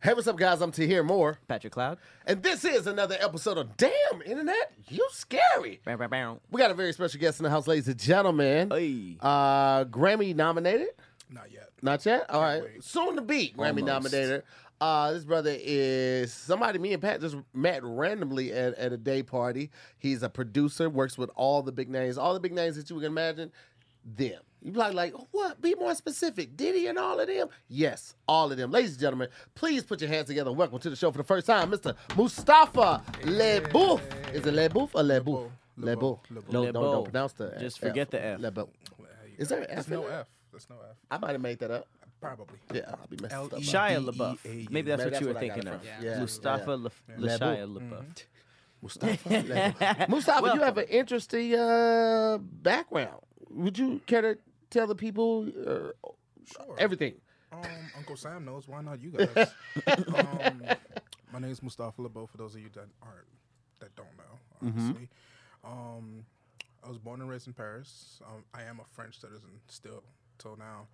Hey, what's up, guys? I'm to hear more, Patrick Cloud. and this is another episode of Damn Internet. You scary. Bow, bow, bow. We got a very special guest in the house, ladies and gentlemen. Hey. Uh, Grammy nominated, Not yet. not yet. All right, wait. soon to be Grammy Almost. nominated. Uh, this brother is somebody me and Pat just met randomly at, at a day party. He's a producer, works with all the big names, all the big names that you can imagine. Them. You probably like, what? Be more specific. Diddy and all of them? Yes, all of them. Ladies and gentlemen, please put your hands together. Welcome to the show for the first time, Mr. Mustafa Lebouf. Is it Lebouf or Lebouf? Lebouf. Lebouf. Lebouf. Lebouf. Don't, don't Lebouf. pronounce the Just F. forget the F. Lebouf. Well, there you Is go. there an F There's in no it? F. There's no F. I might have made that up. Probably. Yeah, I'll be messing L stuff up. E Shia D E LaBeouf. A U. Maybe Maybe that's what you that's were what I got thinking it of. from. Yeah. Mustafa La- Lashia LaBeouf. Mustafa. Lebouf. Mustafa, you have an interesting uh, background. Would you care to tell the people uh, Sure. everything? Um, Uncle Sam knows. Why not you guys? um, my name is Mustafa Lebo. For those of you that aren't, that don't know, obviously. Um, I was born and raised in Paris. Um, I am a French citizen still till now.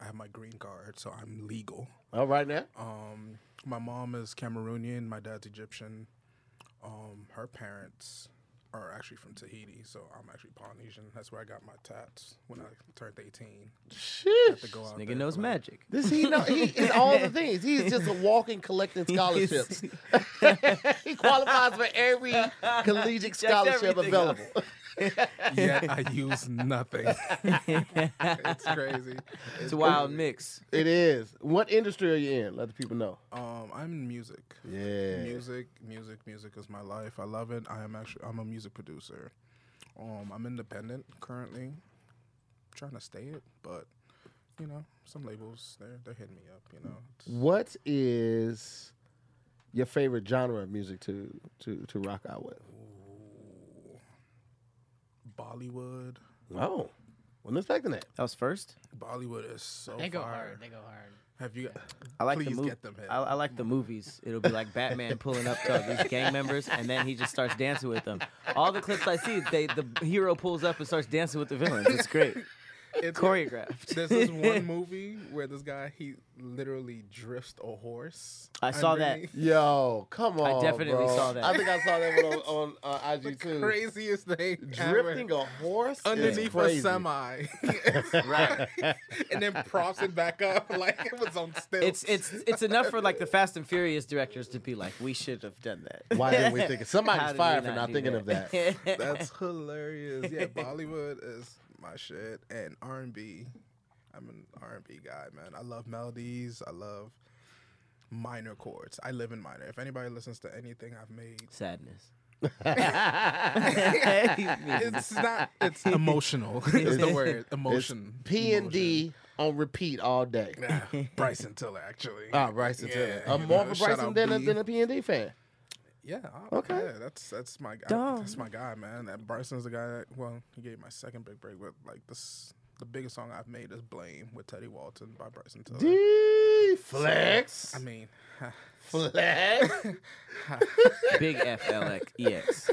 I have my green card, so I'm legal. All right now. Um, my mom is Cameroonian. My dad's Egyptian. Um, her parents are actually from Tahiti, so I'm actually Polynesian. That's where I got my tats when I turned 18. Sheesh. To go out Nigga there knows for, like, magic. This he know he is all the things. He's just a walking collecting scholarships. he qualifies for every collegiate Checked scholarship everything up. available. yet I use nothing. it's crazy. It's a wild mix. It is. What industry are you in? Let the people know. Um, I'm in music. Yeah. Music, music, music is my life. I love it. I am actually I'm a music producer. Um, I'm independent currently. trying to stay it, but you know, some labels they're they're hitting me up, you know. It's- What is your favorite genre of music to to to rock out with? Bollywood. Oh, wasn't expecting that. That was first. Bollywood is so They go fire. hard. They go hard. Have you I like please the mov- get them hit. I, I like the movies. It'll be like Batman pulling up to all these gang members, and then he just starts dancing with them. All the clips I see, they the hero pulls up and starts dancing with the villains. It's great, It's- choreographed. There's this one movie where this guy he literally drifts a horse. I saw that. underneath. Yo, come on. definitely bro. saw that. I think I saw that one on, on uh, IG too. Craziest thing. ever. Drifting a horse is underneath a crazy. semi, right? and then props it back up like it was on It's stilts. it's it's enough for like the Fast and Furious directors to be like, we should have done that. Why didn't we think of How somebody's did we fired for not do thinking of that? that's hilarious. Yeah, Bollywood is my shit, and R and B. I'm an R and B guy, man. I love melodies. I love minor chords. I live in minor. If anybody listens to anything I've made, Sadness. it's not. It's emotional. is the word emotion? P and D on repeat all day. Emotion. Bryson Tiller, actually. Ah, Bryson Tiller. Yeah, I'm you more of know, a shout Bryson out than a, B. than a P and D fan. Yeah. I- Okay. yeah, that's that's my guy. That's my guy, man. That Bryson's the guy. That, well, he gave me my second big break, but like this, the biggest song I've made is "Blame" with Teddy Walton by Bryson Tiller. D flex, I mean, flex. Big F L X E X.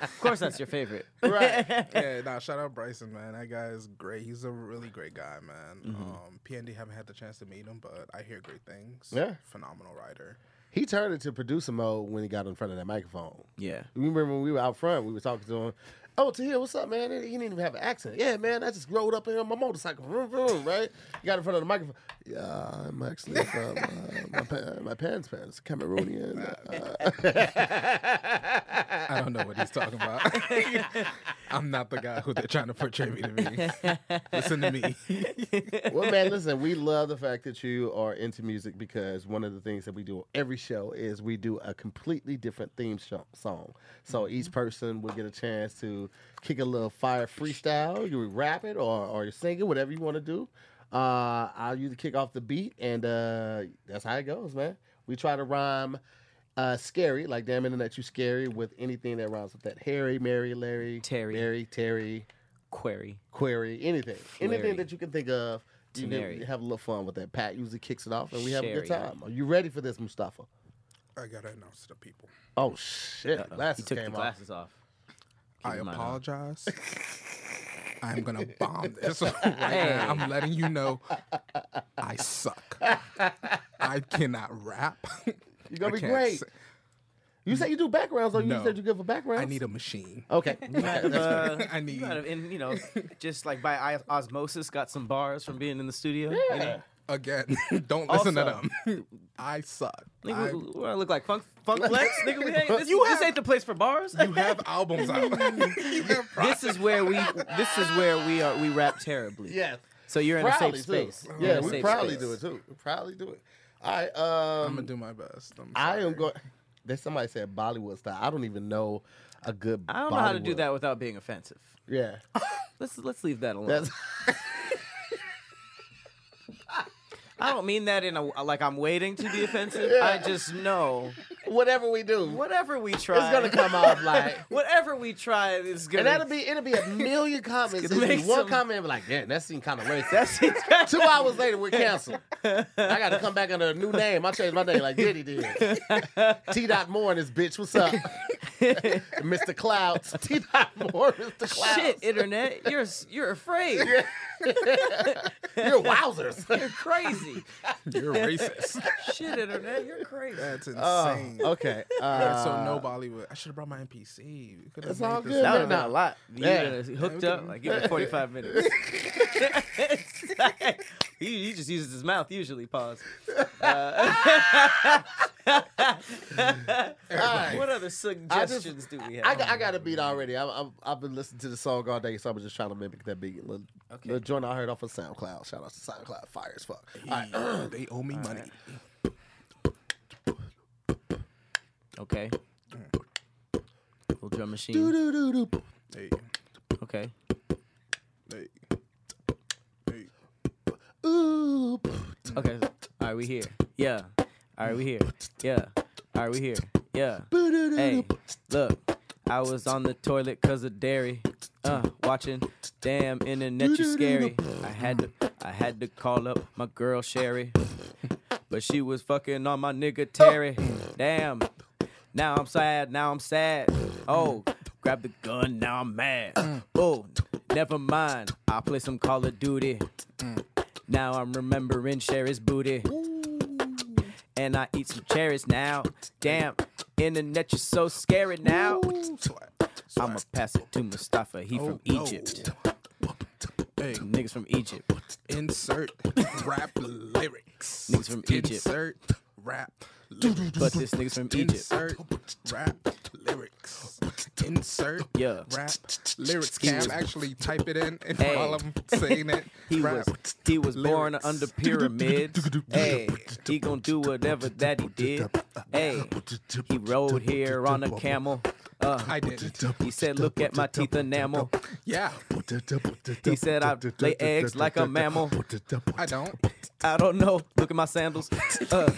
Of course, that's your favorite. right. yeah. Nah, shout out Bryson, man. That guy is great. He's a really great guy, man. Um, PND haven't had the chance to meet him, but I hear great things. Yeah. Phenomenal writer. He turned into producer mode when he got in front of that microphone. Yeah. You Remember when we were out front, we were talking to him. Oh, Tahir, what's up, man? He didn't even have an accent. Yeah, man, I just rode up here on my motorcycle, vroom, vroom, right? He got in front of the microphone. Yeah, I'm actually from uh, my, pa- my parents' parents, Cameroonian. Uh, I don't know what he's talking about. I'm not the guy who they're trying to portray me to be. Listen to me. well, man, listen, we love the fact that you are into music because one of the things that we do on every show is we do a completely different theme sho- song. So each person will get a chance to kick a little fire freestyle. You rap it or, or you sing it, whatever you want to do. Uh, I'll usually kick off the beat, and uh, that's how it goes, man. We try to rhyme uh, scary, like damn internet, you scary, with anything that rhymes with that. Harry, Mary, Larry, Terry. Mary, Terry Query. query, anything, anything Flurry. that you can think of. You Teneri. can have a little fun with that. Pat usually kicks it off, and we have a good Sherry. time. Are you ready for this, Mustafa? I gotta announce to the people. Oh shit! Uh-oh. Glasses he took came the off. glasses off. I in mind. apologize. I'm gonna bomb this right now. I'm letting you know I suck. I cannot rap. You're gonna I be can't great. sing. You say you do backgrounds, though. You No. said you're good for backgrounds. I need a machine. Okay. Uh, I need. you might have, in, you know, just like by i- osmosis, got some bars from being in the studio. you know? Yeah. Again, don't listen Also- to them. I suck. Nigga, I- we- we wanna look like Funk, funk Flex? Nigga, we ain't, this, You this have- ain't the place for bars. you have albums out. You have pro- this is where we, this is where we are, we rap terribly. Yes. So you're in Proudly a safe too. space. You're Yeah, in a we safe proudly space. do it too. We proudly do it. I um. I'm gonna do my best. I'm I am sorry. going. There's somebody said Bollywood style. I don't even know a good. I don't know how to do Bollywood. that without being offensive. Yeah, Let's let's leave that alone. that's I don't mean that in a like I'm waiting to be offensive. I just know whatever we do. whatever we try, It's gonna come off like, whatever we try is gonna. and that'll be it'll be a million comments. gonna It'll be make one some- comment and be like, "Yeah, that seemed kind of racist." That's it. Two hours later, we're canceled. I got to come back under a new name. I changed my name like Diddy did. T. Dot Moore and this bitch. What's up, Mr. Clouds? T. Dot Moore, Mr. Clouds. Shit, internet, you're you're afraid. You're wowzers. You're crazy. You're racist. Shit, internet, you're crazy. That's Oh, insane. okay. Alright, so uh, no Bollywood. I should have brought my NPC. We could have It's all made good, That this man. would have been a lot. You Yeah. would've hooked Yeah, we up, can- like give it 45 minutes. It's like- he, he just uses his mouth usually. Pause. All right. What other suggestions do we have? I, got- I got a beat already. I'm, I'm, I've been listening to the song all day, so I'm just trying to mimic that beat. The, Okay. the joint I heard off of SoundCloud. Shout out to SoundCloud. Fire as fuck. All right. Hey, they owe me money. Okay. Little drum machine. Doo-doo-doo-doo. Hey, Okay. hey, hey. Ooh. Okay. All right, we here. Yeah. All right, we here. Yeah. All right, we here. Yeah. Boo-doo-doo-doo. Hey, look. I was on the toilet cause of dairy. Uh, watching. Damn, internet, you scary. I had to, I had to call up my girl Sherry, but she was fucking on my nigga Terry. Damn. Now I'm sad. Now I'm sad. Oh, grab the gun. Now I'm mad. Oh, never mind. I'll play some Call of Duty. Now I'm remembering Sherry's booty. And I eat some cherries now. Damn, internet, you're so scary now. Ooh, slap, slap. I'ma pass it to Mustafa, he from Oh, no. Egypt. Hey, Niggas from Egypt. insert rap lyrics. Niggas from Egypt. Insert rap lyrics. But this nigga's from Egypt. Insert rap lyrics. Insert Yeah. rap lyrics. He Cam, was- actually type it in and Hey. while I'm saying it, He rap. was he was born lyrics. under pyramids. Hey, he gonna do whatever that he did. Hey, he rode here on a camel. Uh, I did. he said, look at my teeth enamel. Yeah, He said, I lay eggs like a mammal. I don't. I don't know. Look at my sandals. Uh,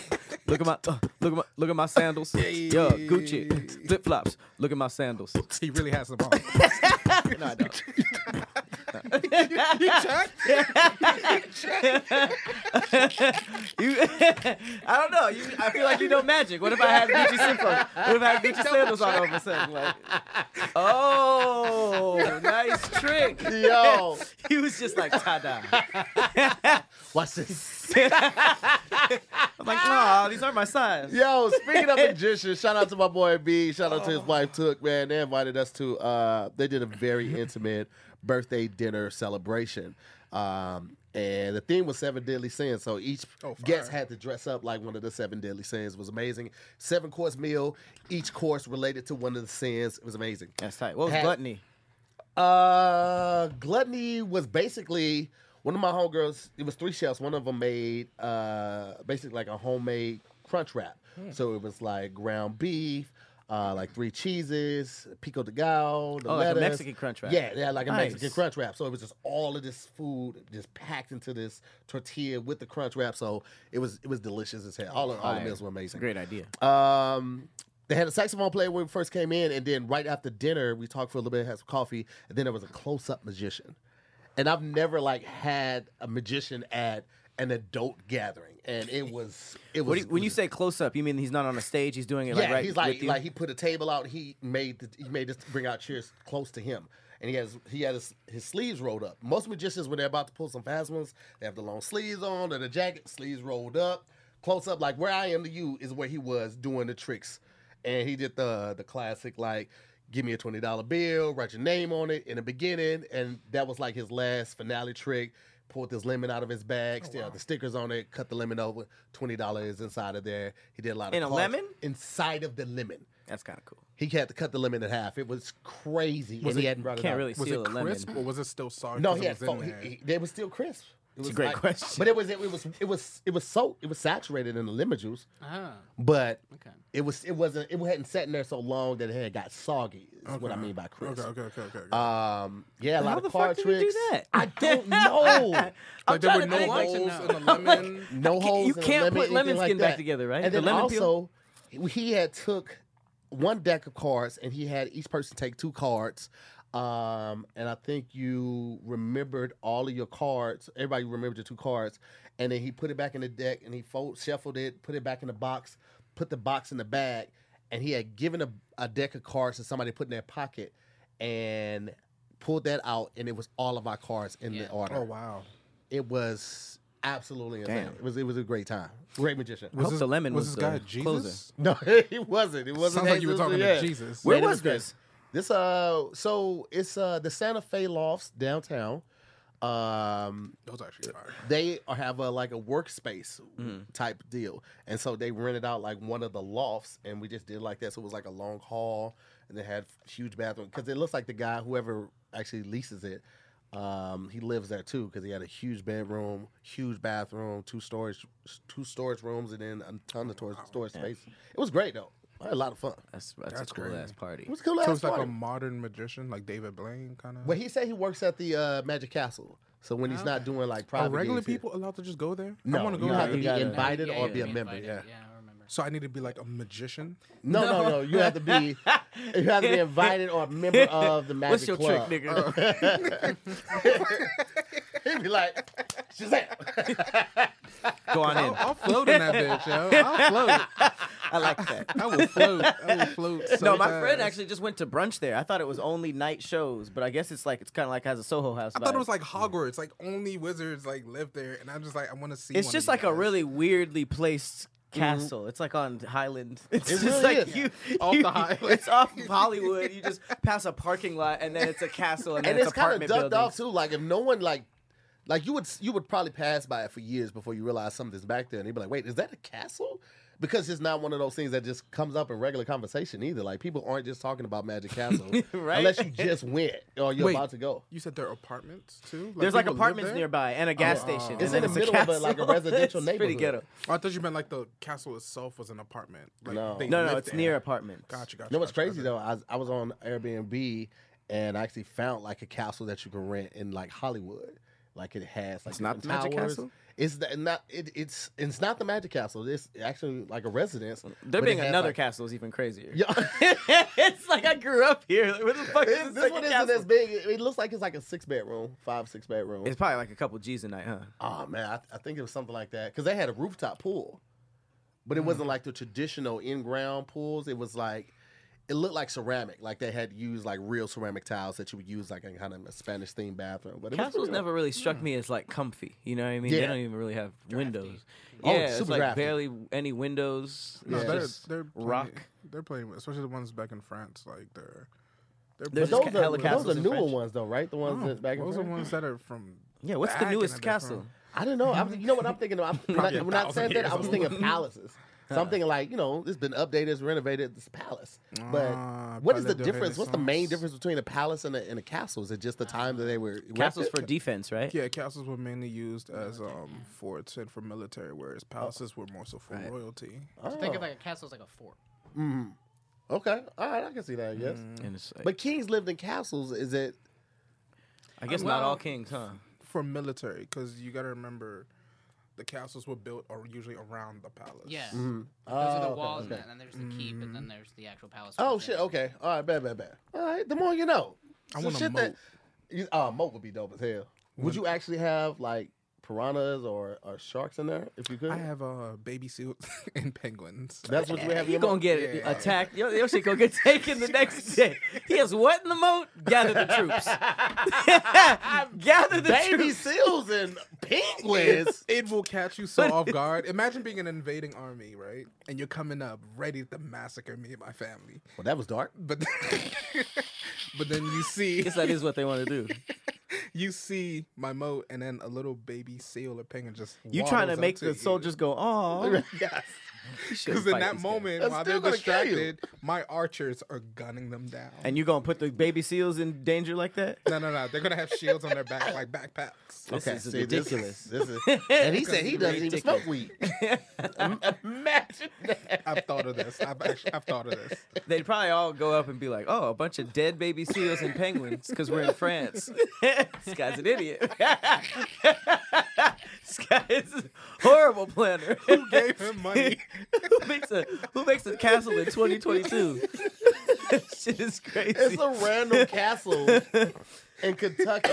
look at my uh, look at my look at my sandals. Yeah, Gucci flip flops. Look at my sandals. He really has them on. No, I don't. You, I don't know. You, I feel like you know magic. What if I had Gucci sandals? What if I had Gucci sandals on all of a sudden? Like, oh, nice trick. Yo, He was just like ta-da. watch this. I'm like, nah, these aren't my size. Yo, speaking of magicians, shout out to my boy B. Shout out to his wife Took. Man, they invited us to. Uh, they did a very intimate birthday dinner celebration, um, and the theme was seven deadly sins. So each Oh, guest fire. had to dress up like one of the seven deadly sins. It was amazing. Seven course meal, each course related to one of the sins. It was amazing. That's tight. What was Had- gluttony? Uh, gluttony was basically one of my homegirls. It was three chefs. One of them made uh basically like a homemade crunch wrap. Hmm. So it was like ground beef, uh, like three cheeses, pico de gallo, the Oh, like a lettuce. Mexican crunch wrap. Yeah, yeah, like a Mexican Nice. crunch wrap. So it was just all of this food just packed into this tortilla with the crunch wrap. So it was it was delicious as hell. All of, all the Fire. meals were amazing. Great idea. Uh, Um, they had a saxophone player when we first came in, and then right after dinner, we talked for a little bit, had some coffee, and then there was a close-up magician. And I've never like had a magician at an adult gathering, and it was it was What do you, when you say close up, you mean he's not on a stage? He's doing it like yeah, right he's like with you? like he put a table out. He made the, he made us bring out chairs close to him, and he has he had his, his sleeves rolled up. Most magicians when they're about to pull some fast ones, they have the long sleeves on or the jacket sleeves rolled up. close up, like where I am to you is where he was doing the tricks, and he did the the classic like. Give me a twenty dollar bill, write your name on it in the beginning, and that was like his last finale trick. Pulled this lemon out of his bag, still had the stickers on it, cut the lemon over, twenty dollars inside of there. He did a lot of In a cards- lemon? inside of the lemon. That's kind of cool. He had to cut the lemon in half. It was crazy. and he hadn't brought it Can't up. really Was seal it a lemon. crisp or was it still soggy? No, 'cause he it had was in foam. there? He, he, they were still crisp. It was great question. But it was it, was it was it was so it was saturated in the lemon juice, Ah, but okay. it was it wasn't it hadn't sat in there so long that it had got soggy. Is what I Okay. mean by crisp. Okay, okay, okay, okay. okay. Uh, Um, yeah, a lot How of the card fuck did he do tricks. that? I don't know. I'm like there trying were to no think. like to holes know. in the lemon. No holes. in the can't lemon, put lemon anything like skin back that. together, right? And The then lemon peel? also, he had took one deck of cards, and he had each person take two cards. Um, and I think you remembered all of your cards. Everybody remembered your two cards, and then he put it back in the deck, and he fold, shuffled it, put it back in the box, put the box in the bag, and he had given a, a deck of cards to somebody to put in their pocket, and pulled that out, and it was all of our cards in the Yeah. order Oh wow. it was absolutely insane. Damn. It was it was a great time. Great magician. hope the lemon was was this guy the Jesus? closer. No, it wasn't. It wasn't. Sounds like you were Jesus, talking yeah. to Jesus. Where Yeah, it was great. this? This uh, so it's uh the Santa Fe Lofts downtown. Um, Those actually fire. they are- have a like a workspace type deal, and so they rented out like one of the lofts, and we just did like that. So it was like a long hall, and they had huge bathroom because it looks like the guy whoever actually leases it, um, he lives there too because he had a huge bedroom, huge bathroom, two storage two storage rooms, and then a ton of storage, storage space. It was great though. I had a lot of fun. That's, that's, That's a cool crazy. ass party. It was a cool So ass it's like a party. modern magician, like David Blaine kind of. But he said he works at the uh, Magic Castle, so when he's not doing like Are private regular gigs, he- people allowed to just go there? I No, want to go you have to there. be Yeah, yeah. invited Yeah, or yeah, be a be member. invited. Yeah. Yeah, I remember. So I need to be like a magician. No, no, no, You have to be you have to be invited or a member of the magic What's your club. trick, nigga? He'd be like, Shazam. Go on in. I'll, I'll float in that bitch, yo. I'll float. I like that. I will float. I will float. So No, my friend fast. actually just went to brunch there. I thought it was only night shows, but I guess it's like it's kind of like has a Soho House. I thought vibe. it was like Hogwarts, like only wizards like live there, and I'm just like I want to see. it's one just of you like a guys. really weirdly placed castle. It's like on Highland. It's It just really like is. you, Off you- the highway. It's off of Hollywood. You just pass a parking lot, and then it's a castle, and then and it's kind of apartment ducked off buildings. too. Like if no one like, like you would you would probably pass by it for years before you realize something's back there, and you'd be like, wait, is that a castle? Because it's not one of those things that just comes up in regular conversation either. Like people aren't just talking about Magic Castle Right. unless you just went or you're Wait. about to go. You said there are apartments too. There's like people live apartments there? nearby and a gas Oh, wow. station. It's and then in the it's middle of a- castle. like a residential It's Pretty ghetto. neighborhood. Oh, I thought you meant like the castle itself was an apartment. Like, No. they No, no, lived it's there. near apartments. Gotcha, gotcha. You know what's gotcha, crazy gotcha. though? I, was- I was on Airbnb and I actually found like a castle that you can rent in like Hollywood. Like it has like It's not the different Magic towers. Castle? It's the, not it, it's it's not the Magic Castle. It's actually like a residence. There but it being has, another like- castle is even crazier. Yeah. it's like I grew up here. Like, what the fuck is this, this one second isn't castle? as big. It it looks like it's like a six bedroom, five six bedroom. It's probably like a couple G's a night, huh? Oh man, I, I think it was something like that because they had a rooftop pool, but it wasn't like the traditional in-ground pools. It was like it looked like ceramic, like they had used like real ceramic tiles that you would use like in kind of a Spanish themed bathroom. But it was Castles pretty never Hmm. really struck me as like comfy. You know what I mean? They Yeah. don't even really have windows. Oh, yeah, it's it's super like drafty. barely any windows. No, It's Yeah. they're, just they're playing, rock. They're playing, especially the ones back in France. Like they're, they're There's But just those, hella are, those castles are in newer French. Oh, ones though, right? The ones that's back in Oh, those are France? ones that are from. Yeah, what's the back in newest day from- castle? I don't know. I'm, you know what I'm thinking of? I'm, when I, a when I thousand said that, I years was old. thinking palaces. So I'm thinking like, you know, it's been updated, it's renovated, this palace. But Ah, what is the Palais de difference? What's the main Renaissance. difference between a palace and a, and a castle? Is it just the time that they were Castles erected? for defense, right? Yeah, castles were mainly used as um forts and for military, whereas Oh, palaces were more so for royalty. So think of like a castle as like a fort. Mm-hmm. Okay, all right, I can see that. I guess. And it's like, But kings lived in castles. Is it? I guess not Well- all kings, huh? For military, because you got to remember, the castles were built are usually around the palace. Yeah. Oh, Those are the okay, walls, Mm-hmm. okay. and then there's the keep, and then there's the actual palace. Oh within. shit. Okay. All right. Bad. Bad. Bad. All right. The more you know. I want a uh, shit that- you- Oh, moat would be dope as hell. Would you actually have like piranhas or, or sharks in there? If you could, I have uh, baby seals and penguins. that's what you have. in You your gonna mind? get Yeah. attacked. Your, your shit gonna get taken the next day. He has what in the moat? Gather the troops. Gather the baby troops. seals and penguins. It will catch you so off guard. Imagine being an invading army, right? And you're coming up ready to massacre me and my family. well, that was dark. But but then you see Guess that is what they want to do. you see my moat and then a little baby seal or penguin just You trying waddles to up make the you. soldiers go, oh, yes. Because in that moment, That's while still they're gonna kill you. distracted, my archers are gunning them down. and you gonna put the baby seals in danger like that? no, no, no. They're gonna have shields on their back like backpacks. This okay, is see, this ridiculous. This is, and he said he doesn't even Ridiculous. smoke weed. Im- Imagine that. I've thought of this. I've actually, I've thought of this. They'd probably all go up and be like, "Oh, a bunch of dead baby seals and penguins, because we're in France." this guy's an idiot. this guy is a horrible planner. Who Gave him money. who makes a Who makes a castle in 2022? Shit is crazy. It's a random castle in Kentucky.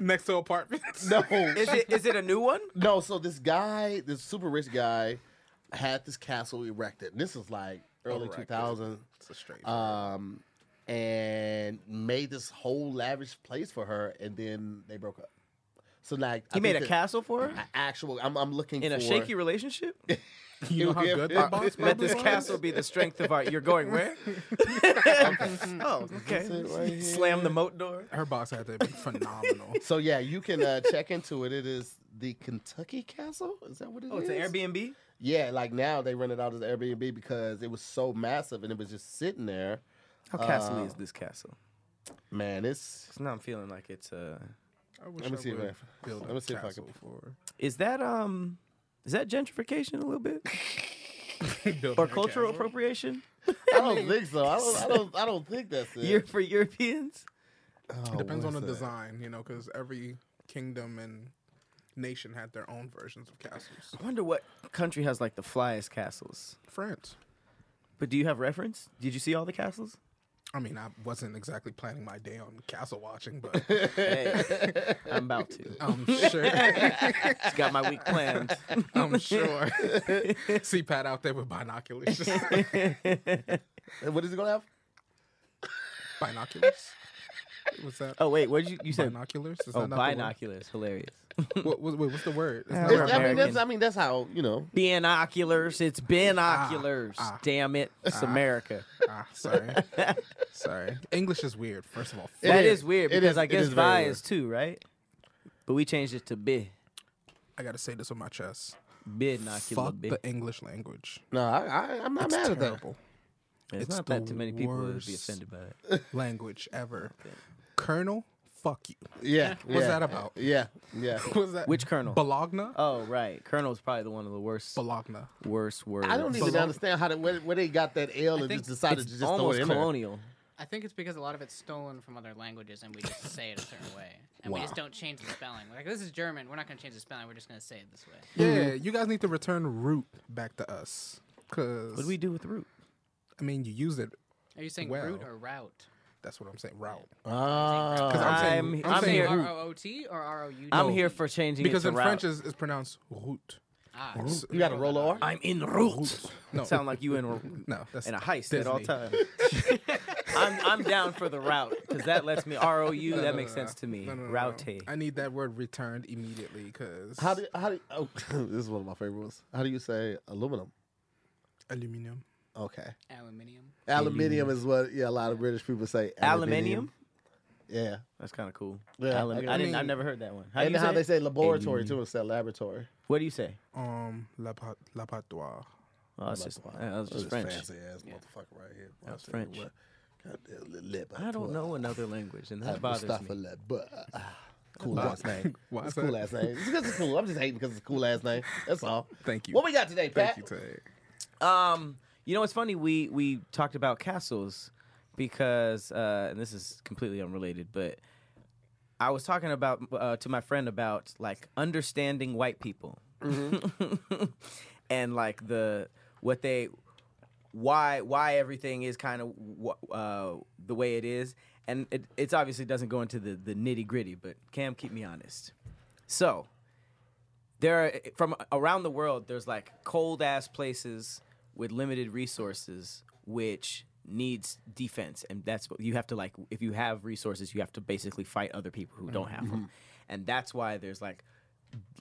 next to apartments. No, is it Is it a new one? no. So this guy, this super rich guy, had this castle erected. This is like early two Erected. thousand. Uh, It's a straight. Um, and made this whole lavish place for her, and then they broke up. So like He made a castle. castle for her Actual, I'm, I'm looking in for a shaky relationship. you know how good that box Let this probably castle was? be the strength of our. You're going where? oh, okay. Sit right here. Slam the moat door. Her box had to be phenomenal. So yeah, you can uh, check into it. It is the Kentucky Castle. Is that what it is? Oh, it's an Airbnb. Yeah, like now they rent it out as Airbnb because it was so massive and it was just sitting there. How castle Uh, is this castle? Man, it's. Because now I'm feeling like it's uh I wish Let me see if would I, build let a me see if I castle can. Is that um is that gentrification a little bit for- build or a cultural castle. appropriation I don't think so. I don't. I don't. I don't think that's it. year for Europeans? Oh, It depends on what the is that? design, you know, because every kingdom and nation had their own versions of castles. I wonder what country has like the flyest castles. France. But do you have reference? Did you see all the castles? I mean, I wasn't exactly planning my day on castle watching, but Hey, Oh. I'm about to. I'm sure. Just got my week planned. I'm sure. See Pat out there with binoculars. Just Uh, What is it gonna have? binoculars. What's that? Oh wait, what did you you said? binoculars. Is Oh, that not the word? binoculars, hilarious. What, what, wait, what's the word? It's Uh, not We're It's- I mean, that's. American. I mean, that's how you know. Binoculars, it's binoculars. ah, Damn it, it's America. Ah, sorry. sorry. English is weird, first of all. It That is. is weird It because is- I it guess is very bi weird. is two, right? But we changed it to bi, I got to say this with my chest. binocular Fuck bi. the English language. No, I, I, I'm not mad at that. Terrible It's, It's not the that too many people would be worst. offended by it. language ever. Colonel, fuck you. Yeah. What's yeah, that about? Yeah. Yeah. What's that? Which colonel? Bologna? oh, right. Colonel's probably the one of the worst, Bologna. worst words. I don't even Bologna. understand how they, where, where they got that L and think just decided It's to just throw almost it in there. colonial. I think it's because a lot of it's stolen from other languages, and we just say it a certain way, and we just don't change the spelling. Like this is German, we're not going to change the spelling. We're just going to say it this way. Mm-hmm. Yeah, you guys need to return root back to us. Cause What do we do with root? I mean, you use it. Are you saying root Well. or route? That's what I'm saying. Route. Ah. 'Cause I'm saying- I'm- I'm I'm saying here. root. R O O T or R O U? I'm here for changing Because it to in route. French, is it's pronounced route. Ah, You got a roll R? I'm in root. No. Sound like you in r- No, that's in a heist at all Disney. times. I'm I'm down for the route because that lets me R O U. That makes sense to me. No, no, no, no. Route. I need that word returned immediately because How do how do oh this is one of my favorite ones. How do you say aluminum? aluminum. Okay. aluminium. Aluminium is what yeah, a lot of British people say. Aluminium. Yeah. That's kind of cool. Yeah, Alum- I- I, I didn't. I mean- never heard that one. How do and you how say they it? say laboratory too instead of laboratory. What do you say? Um, la, pat, la patois. Oh, it's just, uh, it's just French. Fancy ass motherfucker right here. That's French. I don't know another language, and that bothers Mustafa me. Leb- Cool ass name. Why It's is cool that- ass name. It's because it's cool. I'm just hating because it's a cool ass name. That's all. Thank you. What we got today, Pat? Thank you, Tay. Um, you know, it's funny. We we talked about castles because, uh, and this is completely unrelated, but I was talking about uh, to my friend about like understanding white people, and like the what they why why everything is kind of wh- uh, the way it is, and it it's obviously doesn't go into the the nitty gritty, but Cam, keep me honest. So, there are, eh, from around the world there's like cold ass places with limited resources which needs defense and that's what you have to like if you have resources you have to basically fight other people who don't have them and that's why there's like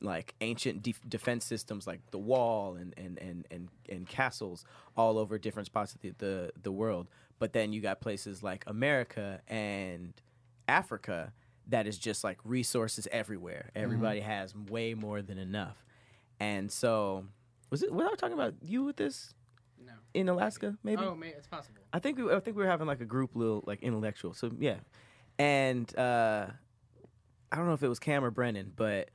like ancient def defense systems like the wall and and, and, and and castles all over different spots of the, the the world but then you got places like america and africa that is just like resources everywhere everybody has way more than enough and so was it what i was talking about you with this No. in alaska maybe Oh, maybe it's possible. I think we, I think we were having like a group little like intellectual. So yeah, and uh, I don't know if it was Cam or Brennan, but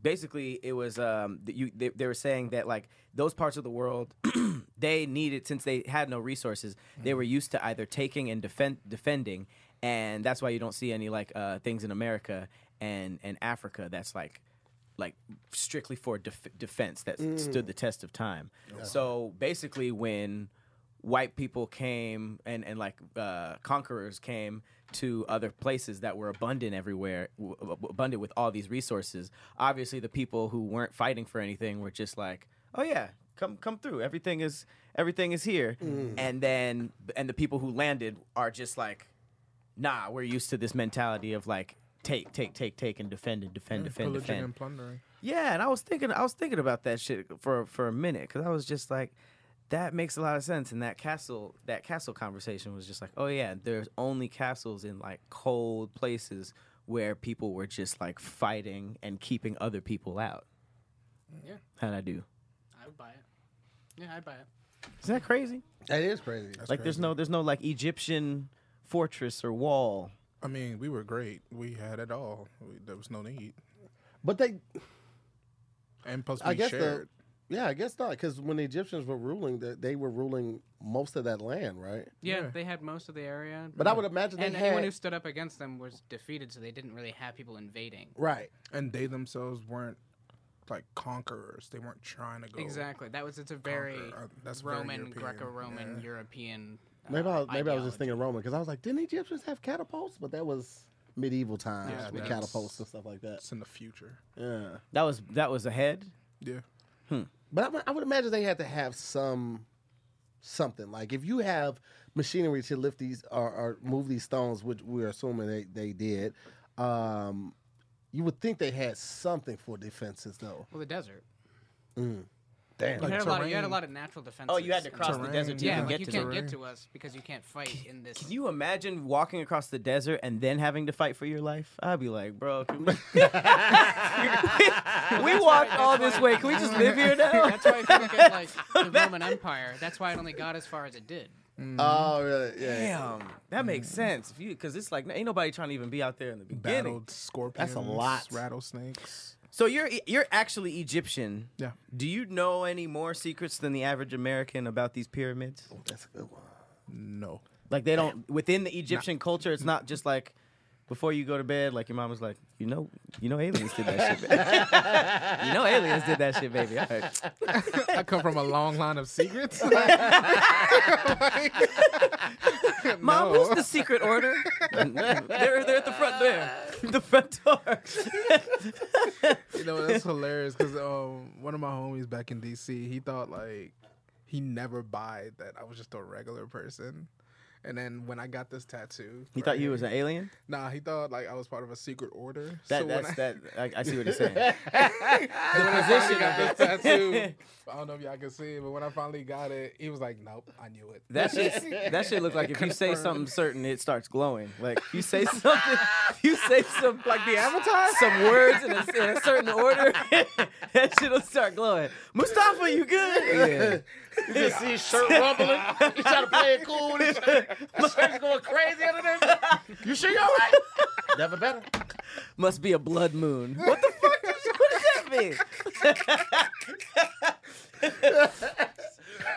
basically it was um, that you they, they were saying that like those parts of the world they needed since they had no resources they were used to either taking and defend defending and that's why you don't see any like uh, things in America and and Africa that's like like strictly for def- defense that stood the test of time. So basically, when white people came and and like uh, conquerors came to other places that were abundant everywhere, w- w- abundant with all these resources, obviously the people who weren't fighting for anything were just like, oh yeah. Come, come through. Everything is, everything is here. And then, and the people who landed are just like, nah. We're used to this mentality of like, take, take, take, take, and defend, and defend, defend, Mm, pillaging defend. and plundering. Yeah, and I was thinking, I was thinking about that shit for for a minute because I was just like, that makes a lot of sense. And that castle, that castle conversation was just like, oh yeah, there's only castles in like cold places where people were just like fighting and keeping other people out. Yeah. How'd I do? I would buy it. Yeah, I'd buy it. Is that crazy? That is crazy. like, there's no, there's no like Egyptian fortress or wall. I mean, we were great. We had it all. We, there was no need. But they, And plus, we I guess the, shared. yeah, I guess not because when the Egyptians were ruling, that they were ruling most of that land, right? Yeah, Yeah. they had most of the area. But I would imagine they and had anyone who stood up against them was defeated, so they didn't really have people invading. right. and they themselves weren't like conquerors. They weren't trying to go. Exactly. That was it's a very Conquer, uh, that's very Roman, European, Greco-Roman, yeah. European. uh, Maybe I, maybe I was ideology. just thinking Roman because I was like, didn't Egyptians have catapults? But that was medieval times Yeah, with that's- catapults and stuff like that. It's in the future. Yeah, That was that was ahead. Yeah. but I, would- I would imagine they had to have some something like if you have machinery to lift these or, or move these stones, which we're assuming they they did. Um, you would think they had something for defenses though. Well, the desert. Damn. You Like had, a lot of, you had a terrain. lot of natural defenses. Oh, you had to cross the Terrain, desert to Yeah, even like get you to can't them. get to us because you can't fight in this. Can you imagine walking across the desert and then having to fight for your life? I'd be like, bro, can we, we walked all this way. Can we just live here now? that's why if you look at like the Roman Empire, that's why it only got as far as it did. Oh, really? Yeah. Damn, that makes sense. If you, because it's like ain't nobody trying to even be out there in the beginning. Battled scorpions. lot. Rattlesnakes. So you're you're actually Egyptian. Yeah. Do you know any more secrets than the average American about these pyramids? That's a good one. No. Like they don't within the Egyptian culture. It's not just like before you go to bed. Like your mom was like, you know, you know, aliens did that shit. Baby. you know, aliens did that shit, baby. All right. I come from a long line of secrets. Mom, who's the secret order? they're, they're at the front there, the front door. You know, that's hilarious because um, one of my homies back in DC, he thought like he never buy that I was just a regular person. And then when I got this tattoo, He thought you right, was an alien. nah. He thought like I was part of a secret order. That So when that's I, that. I, I see what he's saying. when I finally got this tattoo, I don't know if y'all can see it, but when I finally got it, he was like, "Nope, I knew it." That shit, that shit look like if you say something certain, it starts glowing. Like you say something, you say some like the avatar, some words in a, in a certain order, that shit'll start glowing. Mustafa, you good? You just see his shirt rumbling. He's trying to play it cool. His shirt- his shirt's going crazy under there. You sure you're all right? Never better. Must be a blood moon. What the fuck? Does, what does that mean?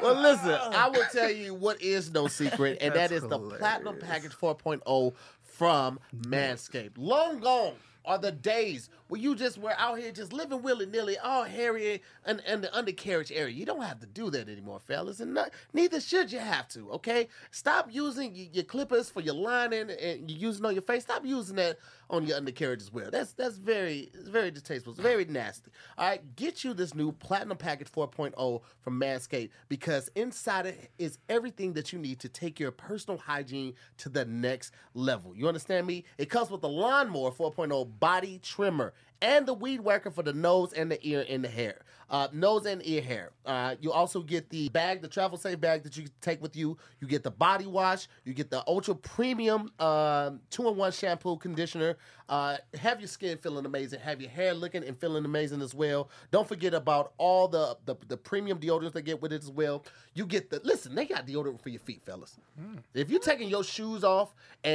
Well, listen, I will tell you what is no secret, and that That's is the Platinum hilarious. Package 4.0 from Manscaped. oh Long gone are the days where you just were out here just living willy nilly, all hairy and, and the undercarriage area. You don't have to do that anymore, fellas, and not, neither should you have to. Okay, stop using y- your clippers for your lining and you using on your face. Stop using that on your undercarriage as well. That's that's very it's very distasteful. It's very nasty. All right, get you this new platinum package 4.0 from Manscaped because inside it is everything that you need to take your personal hygiene to the next level. You understand me? It comes with the lawnmower 4.0 body trimmer and the weed whacker for the nose and the ear and the hair. Uh, nose and ear hair. Uh, you also get the bag, the travel safe bag that you take with you. You get the body wash. You get the ultra premium um two in one shampoo conditioner. Uh, have your skin feeling amazing. Have your hair looking and feeling amazing as well. Don't forget about all the the, the premium deodorants they get with it as well. You get the listen. They got deodorant for your feet, fellas. If you're taking your shoes off and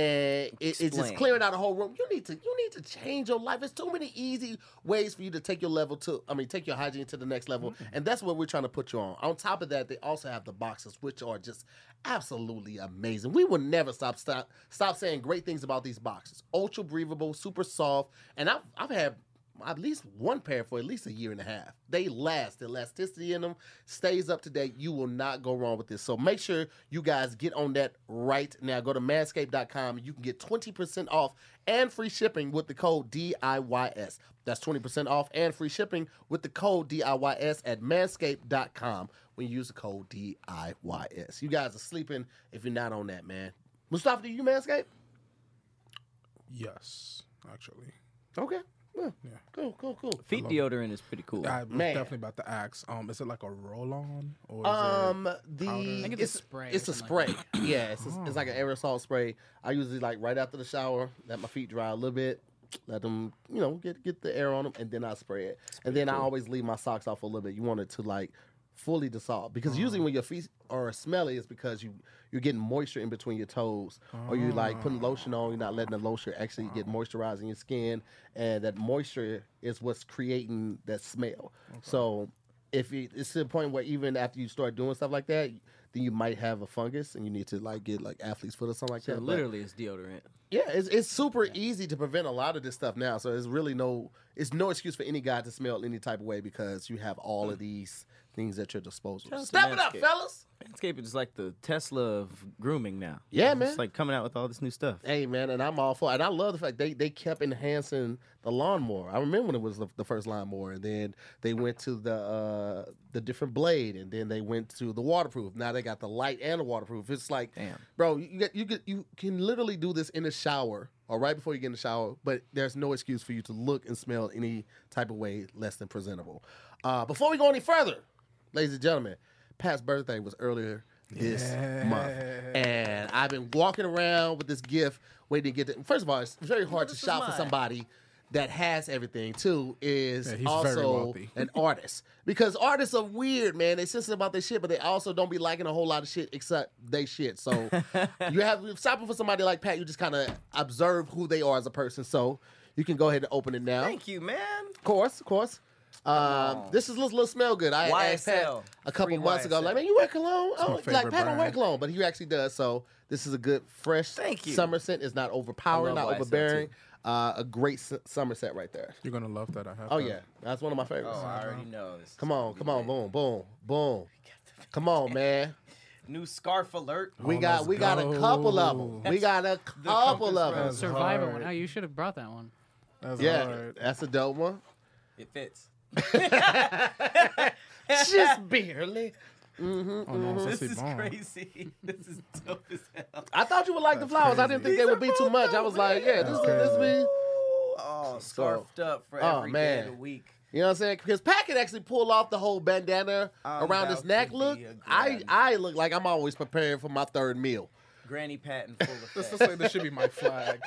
it, it's just Explain. clear clearing out a whole room. You need to you need to change your life. There's too many easy ways for you to take your level to I mean take your hygiene to the next level. And that's what we're trying to put you on. On top of that, they also have the boxes, which are just absolutely amazing. We will never stop stop stop saying great things about these boxes. Ultra breathable, super soft, and I've I've had at least one pair for at least a year and a half. They last. The elasticity in them stays up to date. You will not go wrong with this. So make sure you guys get on that right now. Go to manscaped.com. You can get 20% off and free shipping with the code DIYS. That's 20% off and free shipping with the code DIYS at manscaped.com when you use the code DIYS. You guys are sleeping if you're not on that, man. Mustafa, do you manscape? Yes, actually. Okay. Yeah. Yeah. Cool, cool, cool. Feet love it. deodorant is pretty cool. I was Man. definitely about to ask. Um, is it like a roll on or is Um, the powder? Oh. I think it's a spray or It's a something like spray. yeah, it's, a, it's like an aerosol spray. I usually like right after the shower, let my feet dry a little bit, let them, you know, get get the air on them, and then I spray it. And then I always leave my socks off a little bit. You want it to like fully dissolve because Oh. usually when your feet are smelly, it's because you you're getting moisture in between your toes, or you like putting lotion on. You're not letting the lotion actually Oh. get moisturized in your skin, and that moisture is what's creating that smell. So if it, it's to the point where even after you start doing stuff like that, then you might have a fungus and you need to like get like athlete's foot or something like So that. But literally, it's deodorant. yeah, it's, it's super easy to prevent a lot of this stuff now. So there's really no it's no excuse for any guy to smell any type of way because you have all of these things at your disposal. Shout out to Step it up, Manscaped. fellas. Manscaped is like the Tesla of grooming now. Yeah, it's man. like coming out with all this new stuff. Hey man, and I'm all for it. And I love the fact they, they kept enhancing the lawnmower. I remember when it was the, the first lawnmower, and then they went to the uh, the different blade, and then they went to the waterproof. Now they got the light and the waterproof. It's like, Damn. bro, you get, you get, you can literally do this in the shower or right before you get in the shower, but there's no excuse for you to look and smell any type of way less than presentable. Uh, before we go any further, ladies and gentlemen, Pat's birthday was earlier this month, and I've been walking around with this gift waiting to get. The, first of all, it's very hard to this is shop for mine. somebody that has everything. Too is Yeah, he's very also wealthy. an artist because artists are weird, man. They sensitive about their shit, but they also don't be liking a whole lot of shit except they shit. So you have if shopping for somebody like Pat. You just kind of observe who they are as a person. So you can go ahead and open it now. Thank you, man. Of course, of course. Um, this is little, little smell good. I asked Pat YSL. a couple Free months ago, YSL. like, man, you wear cologne? my Oh, like favorite Pat don't wear brand. cologne, but he actually does. So this is a good fresh Thank you. summer scent. It's not I overpowering, love not YSL overbearing. Uh, a great s- summer set right there. it? You're gonna love that. I have. Oh that. yeah, that's one of my favorites. Uh-huh. Oh, I already know. This is come gonna on, be come on, lit. boom, boom, boom. Come on, man. New scarf alert. We Oh, got let's we got a go. couple of them. We got a couple of That's them. Survivor hard. one. Oh, you should have brought that one. That's Yeah, hard. that's a dope one. It fits. Just barely. Oh, no, This c'est is bon. crazy. This is dope as hell. I thought you would like the flowers. I didn't think they crazy. would be too much. I was like, yeah, this That's this crazy. be. Oh, scarfed up for Oh, every day of man. the week. You know what I'm saying? Because Pat can actually pull off the whole bandana Um, I'm around his about neck to be look. a grand- I I look like I'm always preparing for my third meal. Granny Patton full Let's of just say this should be my flag.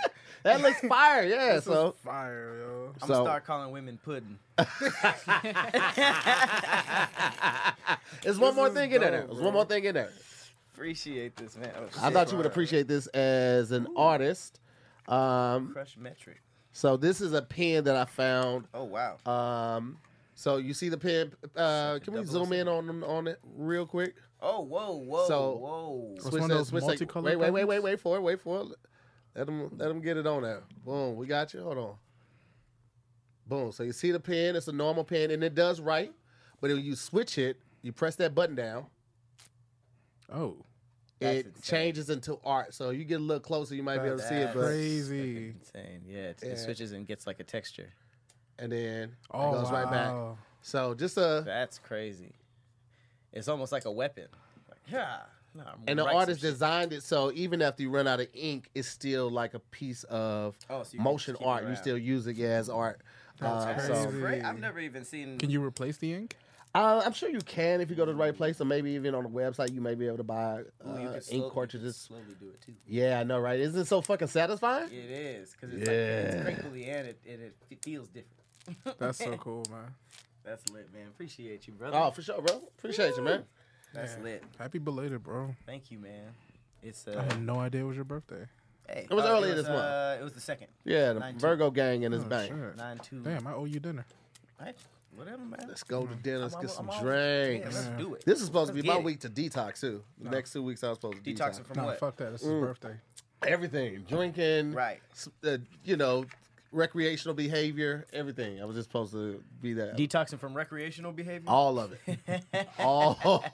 That looks fire, yeah. This so is fire, yo. so- I'm gonna start calling women pudding. there's one This more is thing in there. dope, There's bro. one more thing in there. Appreciate this, man. Oh, I shit. thought you would appreciate this as an artist. Um, Crush metric. so this is a pen that I found. Oh wow. Um, so you see the pen? Uh, can we double zoom in on on it real quick? oh whoa whoa so- whoa. It's one of that- those that- multicolored Wait, wait, wait, wait, pens? wait for it, wait for it. Let them, let them get it on there. Boom, we got you. Hold on. Boom. So you see the pen, it's a normal pen, and it does write. But when you switch it, you press that button down, Oh, That's it insane. changes into art. So you get a little closer, you might be able to see it. That's But crazy. Insane. Yeah, it's, Yeah. it switches and gets like a texture. and then Oh, it goes right back. wow. So just uh, a That's crazy. It's almost like a weapon. Like, yeah. Nah, I'm and gonna the write artist some shit. designed it so even after you run out of ink, it's still like a piece of Oh, so you can motion keep it art. You around. still use it as art. Uh, That's so That's crazy. great. I've never even seen. Can you replace the ink? Uh, I'm sure you can if you go to the right place, or maybe even on the website, you may be able to buy Ooh, you uh, can slow- you ink can cartridges. Slowly do it too. Yeah, I know, right? Isn't it so fucking satisfying? It is because it's like it's crinkly and it, it, it feels different. That's so cool, man. That's lit, man. Appreciate you, brother. Oh, for sure, bro. Appreciate you, man. That's Yeah. lit. Happy belated, bro. Thank you, man. It's I uh, had no idea it was your birthday. hey, It was oh, earlier was, this month. Uh, it was the second. Yeah, the 19. Virgo gang and his Oh, bank. shit. Nine two. Damn, I owe you dinner. Hey, whatever, man. Let's go Mm. to dinner. Let's I'm get all- some I'm all- Yeah, drinks. let's do it. This is supposed to Let's be my get it. week to detox too. The next two weeks I was supposed to detox Detoxing from Nah, what? fuck that. It's his birthday. everything, drinking, Right. s- Uh, you know, recreational behavior, everything. I was just supposed to be that. Detoxing from recreational behavior. all of it, all,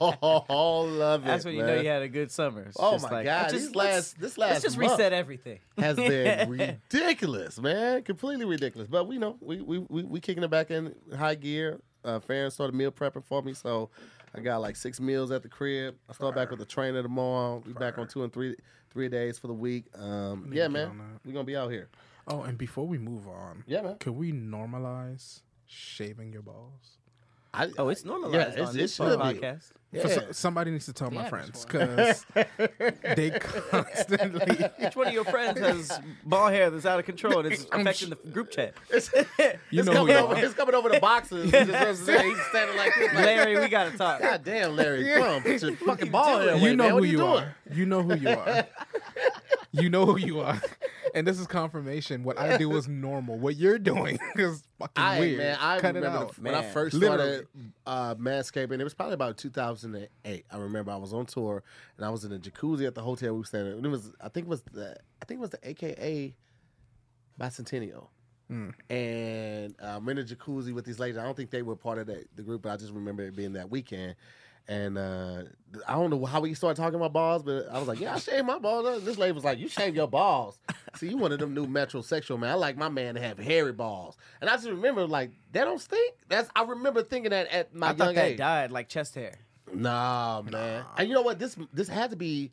all of it. That's when you know man. you had a good summer. It's Oh just my like, god! let's This just, let's- last, this let's last just month reset everything. has been ridiculous, man. Completely ridiculous. But we know we we we, we kicking it back in high gear. Uh, Farron started meal prepping for me, so I got like six meals at the crib. I start back with the trainer tomorrow. We back on two and three three days for the week. Um, need yeah, to get man, on that. we gonna be out here. Oh, and before we move on, Yeah, man. can we normalize shaving your balls? I, Oh, it's normalized Yeah, it's- on it this should be. podcast. For so- Yeah. somebody needs to tell my Yeah, friends just because they constantly. Which one of your friends has bald hair that's out of control and it's affecting the group chat? It's, You it's know who coming you over, are. it's coming over the boxes. It's just what I'm saying. He's standing like this. Like, Larry, we gotta talk. God damn, Larry, come on, put your fucking ball here. You know man. who What you, doing? are. You know who you are. you know who you are. And this is confirmation. What I do is normal. What you're doing is fucking I weird. man, I Cut it remember out. the- when I Man. first Literally. started uh, manscaping. It was probably about 2008. I remember I was on tour and I was in a jacuzzi at the hotel we were staying. At. It was I think it was the I think it was the AKA Bicentennial. And uh, I'm in a jacuzzi with these ladies. I don't think they were part of that, the group, but I just remember it being that weekend. And uh, I don't know how we started talking about balls, but I was like, "Yeah, I shave my balls." up." This lady was like, "You shave your balls." See, you one of them new metrosexual man. I like my man to have hairy balls, and I just remember like that don't stink. That's I remember thinking that at my I young thought that age. died like chest hair. Nah, man. And you know what? This this had to be.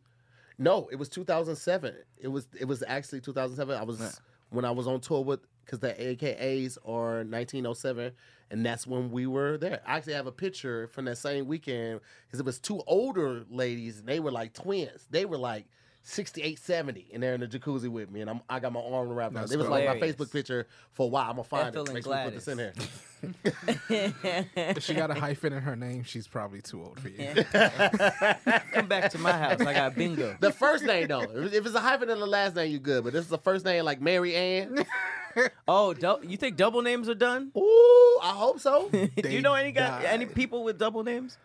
No, it was 2007. It was it was actually 2007. I was when I was on tour with because the AKAs are 1907, and that's when we were there. I actually have a picture from that same weekend because it was two older ladies. And they were like twins. They were like 68, 70, and they're in the jacuzzi with me, and I'm, I got my arm wrapped around. That's It was like my hilarious. Facebook picture for a while. I'm gonna find Ethel it. and Make sure we put this in here. Gladys. If she got a hyphen in her name, she's probably too old for you. Come back to my house. I got bingo. The first name though, if if it's a hyphen in the last name, you good. But if it's the first name like Mary Ann, Oh, dou- you think double names are done? ooh, I hope so. Do you know any guy, died. any people with double names?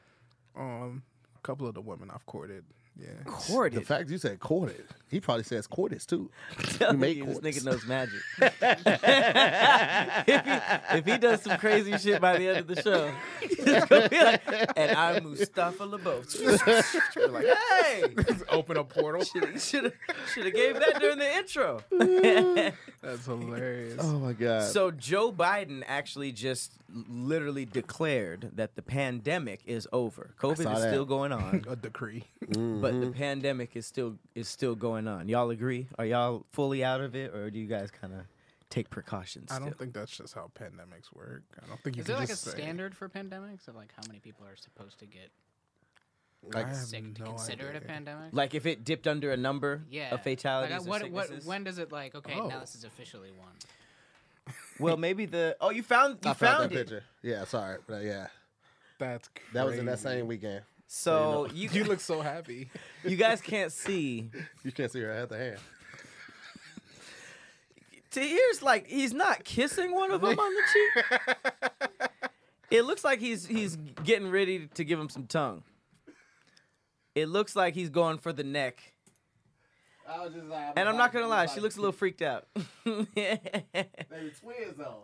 Um, a couple of the women I've courted. Yeah. the Corded. fact you said corded, he probably says corded too. Tell you make you, this cords. nigga knows magic. if, he, if he does some crazy shit by the end of the show, it's gonna be like, and I'm Mustafa LeBeau. We're like, hey, Open a portal. should have should have gave that during the intro. That's hilarious. Oh my god. So Joe Biden actually just literally declared that the pandemic is over. COVID saw is that. still going on, A decree. Mm-hmm. but the pandemic is still is still going on. Y'all agree? Are y'all fully out of it, or do you guys kind of take precautions? I still? don't think that's just how pandemics work. I don't think you Is can there like a just say- standard for pandemics of like how many people are supposed to get like, I have sick to no consider it a idea. pandemic? Like if it dipped under a number yeah, of fatalities or Like, I- what, what, sicknesses? when does it like? Okay, Oh. now this is officially one. Well, maybe the oh you found you I found, found, that it. picture. Yeah, sorry, but yeah, That's that was in that crazy. same weekend. So you You look so happy. you guys can't see. You can't see her at the hand. Tahir's like he's not kissing one of them on the cheek. It looks like he's he's getting ready to give him some tongue. It looks like he's going for the neck. I was just like, And I'm not gonna lie, she looks a little freaked out. They were twins though.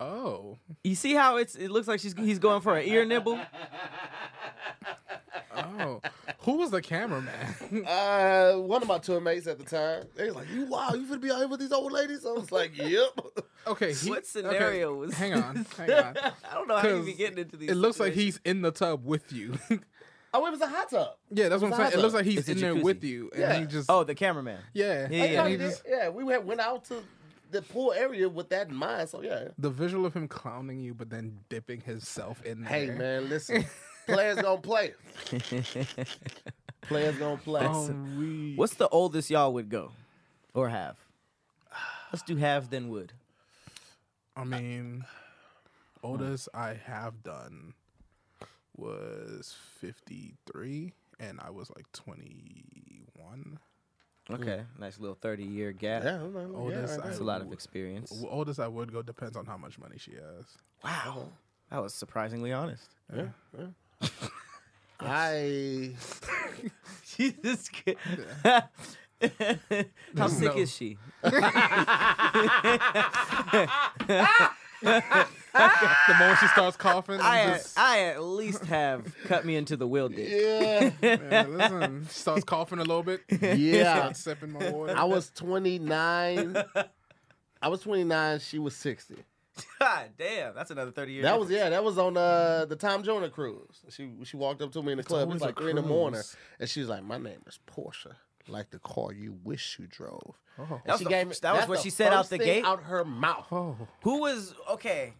Oh. You see how it's? It looks like she's he's going for an ear nibble. Oh. Who was the cameraman? Uh, one of my tour mates at the time, they was like, "You wow, you finna be out here with these old ladies?" I was like, "Yep." okay. he- What okay, scenario was? Hang on. Hang on. I don't know how you be 'Cause getting into these. It looks like situations. he's in the tub with you. Oh, it was a hot tub. yeah, that's what I'm saying. It looks like he's It's a in there jacuzzi. with you, and Yeah. he just. Oh, the cameraman. yeah. Yeah, Yeah, And we he did. just- yeah, we went, went out to the pool area with that in mind. So yeah. the visual of him clowning you, but then dipping himself in there. Hey man, listen, players gonna play. Players gonna play. Um, What's the oldest y'all would go, or have? Let's do have then would. I mean, oldest I have done was 53, and I was like 21. Okay, nice little thirty year gap. Mm. yeah, I'm like, Oh, yeah, that's- right That's a there. lot of experience. W- Oldest I would go depends on how much money she has. Wow, that was surprisingly honest. I Jesus. ki- How There's sick no- is she? The moment she starts coughing, I I, at, I at least have cut me into the wheel dick. yeah listen, she starts coughing a little bit. yeah. Starts sipping my water. I was 29. I was 29. She was 60. God damn, that's another thirty years. That was yeah. That was on uh, the Tom Jonah cruise. She she walked up to me in the club. It always was a like three in the morning, cruise. and she was like, "My name is Portia. Like the car you wish you drove." Oh. And was the- that was that's what the she said out first the thing gate? out her mouth. Oh. Who was okay?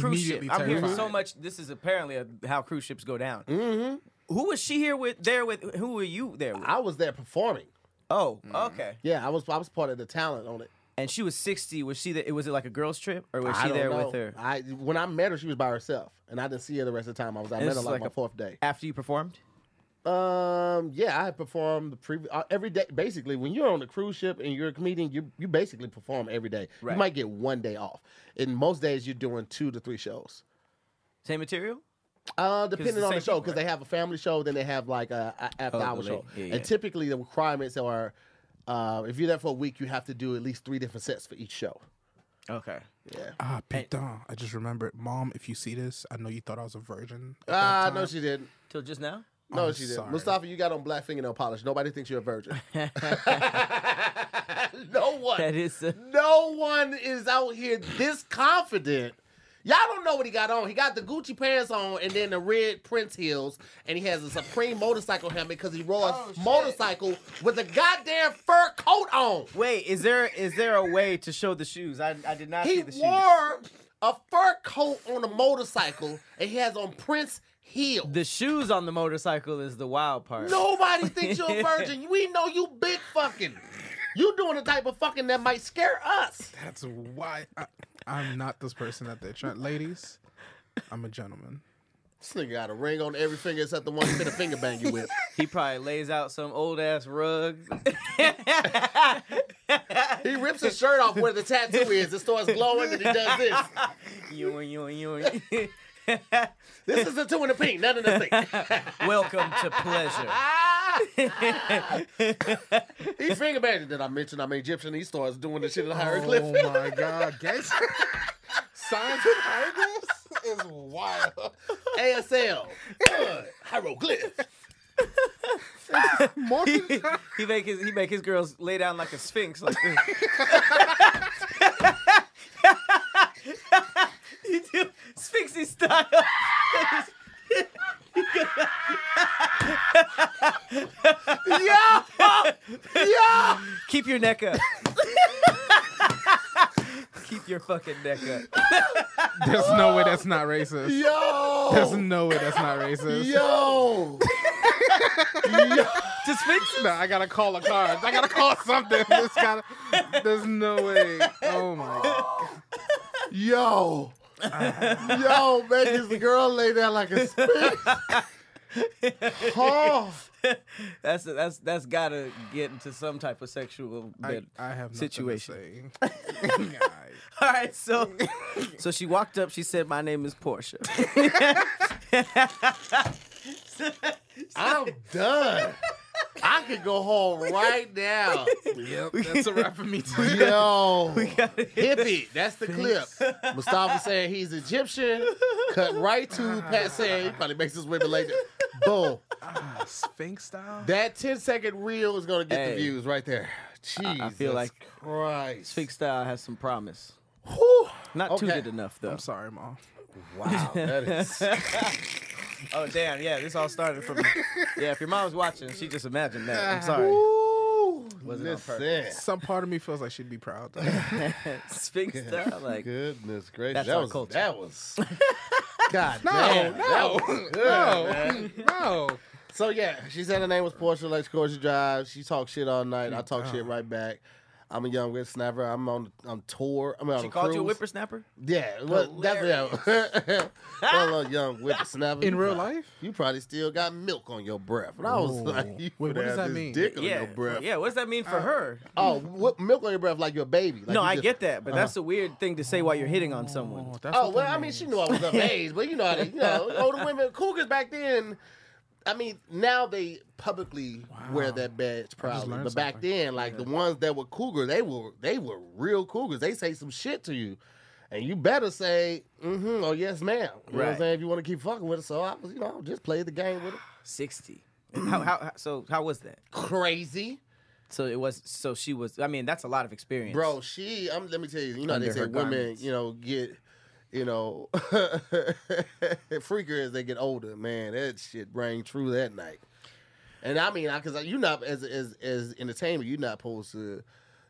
Cruise ship. Immediately I'm hearing terrified. so much. This is apparently a, how cruise ships go down. Mm-hmm. Who was she here with? There with? Who were you there with? I Mm. was there performing. Oh, okay. Yeah, I was I was part of the talent on it. And she was sixty. Was she? The, was it like a girls' trip, or was I she don't there know. with her I when I met her, she was by herself, and I didn't see her the rest of the time. I was I This met her is like, like my a- fourth day. after you performed? Um, yeah, I had performed the previous uh, every day. Basically, when you're on a cruise ship and you're a comedian, you you basically perform every day. Right. You might get one day off. In most days, you're doing two to three shows. Same material. Uh, depending the on the show, same people, Oh, because they have a family show, then they have like a, a after the hour late- show. yeah, yeah. And typically, the requirements are, uh, if you're there for a week, you have to do at least three different sets for each show. Uh, Okay. Yeah. Ah, putain. I just remembered. Mom, if you see this, I know you thought I was a virgin. at that Ah, no, time. she didn't. Till just now. No, I'm she didn't. sorry. Mustafa, you got on black fingernail polish. Nobody thinks you're a virgin. no one. That is. uh, No one is out here this confident. Y'all don't know what he got on. He got the Gucci pants on and then the red Prince heels, and he has a Supreme motorcycle helmet because he rode a motorcycle with a goddamn fur coat on. Wait, is there is there a way to show the shoes? I, I did not He see the shoes. wore a fur coat on a motorcycle, and he has on Prince heels. The shoes on the motorcycle is the wild part. Nobody thinks you're a virgin. We know you big fucking. You doing the type of fucking that might scare us. That's why I, I'm not this person that they're trying. Ladies, I'm a gentleman. This nigga got a ring on every finger except the one he finna finger bang you with. He probably lays out some old ass rug. He rips his shirt off where the tattoo is. It starts glowing and he does this. you and you and you and. This is the two and the pink. None of the thing. Welcome to pleasure. He finger banged. Did I mention I'm Egyptian? He starts doing the shit in hieroglyph. Oh my god, guys. Signs and hieroglyphs is wild. ASL. Uh, hieroglyph. Morgan, he make his he make his girls lay down like a sphinx like this. you do sphinxy style. yeah, yeah. Keep your neck up. Keep your fucking neck up. there's no way that's not racist. There's Yo. no way that's not racist. Yo. To sphinx. Nah, I gotta call a car. I gotta call something. This gotta, there's no way. Oh my god. Yo. Yo, man, this girl lay there like a sphinx. Oh. That's that's that's gotta get into some type of sexual. I, bit. I have nothing Situation. To say. Guys. All right, so so she walked up. She said, "My name is Portia." I'm done. I could go home right now. Yep, that's a wrap for me too. Yo, gotta- hippie, that's the clip. Mustafa saying he's Egyptian. Cut right to Pat saying he probably makes his women later. Boom. Ah, Sphinx style. That 10 second reel is gonna get Hey. the views right there. Jesus I- I feel like Christ. Sphinx style has some promise. Whew. Not Okay. tooted enough though. I'm sorry, mom. Wow, that is Oh damn, yeah, this all started from Yeah, if your mom was watching, she just imagined that. I'm sorry. Ooh, Wasn't on listen. Some part of me feels like she'd be proud. Sphinx style, like Goodness gracious. That's that our was culture. that was God no, no, no. no. So yeah, she said her name was Portia Lex Corsia Drive. She talked shit all night. Mm, I talk shit right back. I'm a young whippersnapper. I'm on I'm tour. I'm on she a called you a cruise. whippersnapper? Yeah, well, definitely. I'm a young whippersnapper. In You real probably- life? you probably still got milk on your breath. And I was Ooh. like, you Wait, would what have does that this mean? Dick on Yeah. your breath. Yeah, what does that mean for her? Oh, what, milk on your breath like you're a baby. Like you no, I just- Uh-huh. get that, but that's a weird thing to say while you're hitting on someone. that's Oh what well, that I mean, means. she knew I was of age, but you know, how they, you know, older women, cougars back then. I mean, now they publicly wear that badge proudly, learned but back something. then, like the ones that were cougar, they were they were real cougars. They say some shit to you, and you better say, "Mm-hmm," or "Yes, ma'am." You know what Right. I'm saying? If you want to keep fucking with it, so I was, you know, I just played the game with it. Sixty. how, how, how- so how was that? Crazy, So it was. So she was. I mean, that's a lot of experience, bro. She, i let me tell you, you know, how they Under say her women, garments. you know, get. You know, freaker as they get older, man, that shit rang true that night. And I mean, because you not as as as entertainment, you're not supposed to,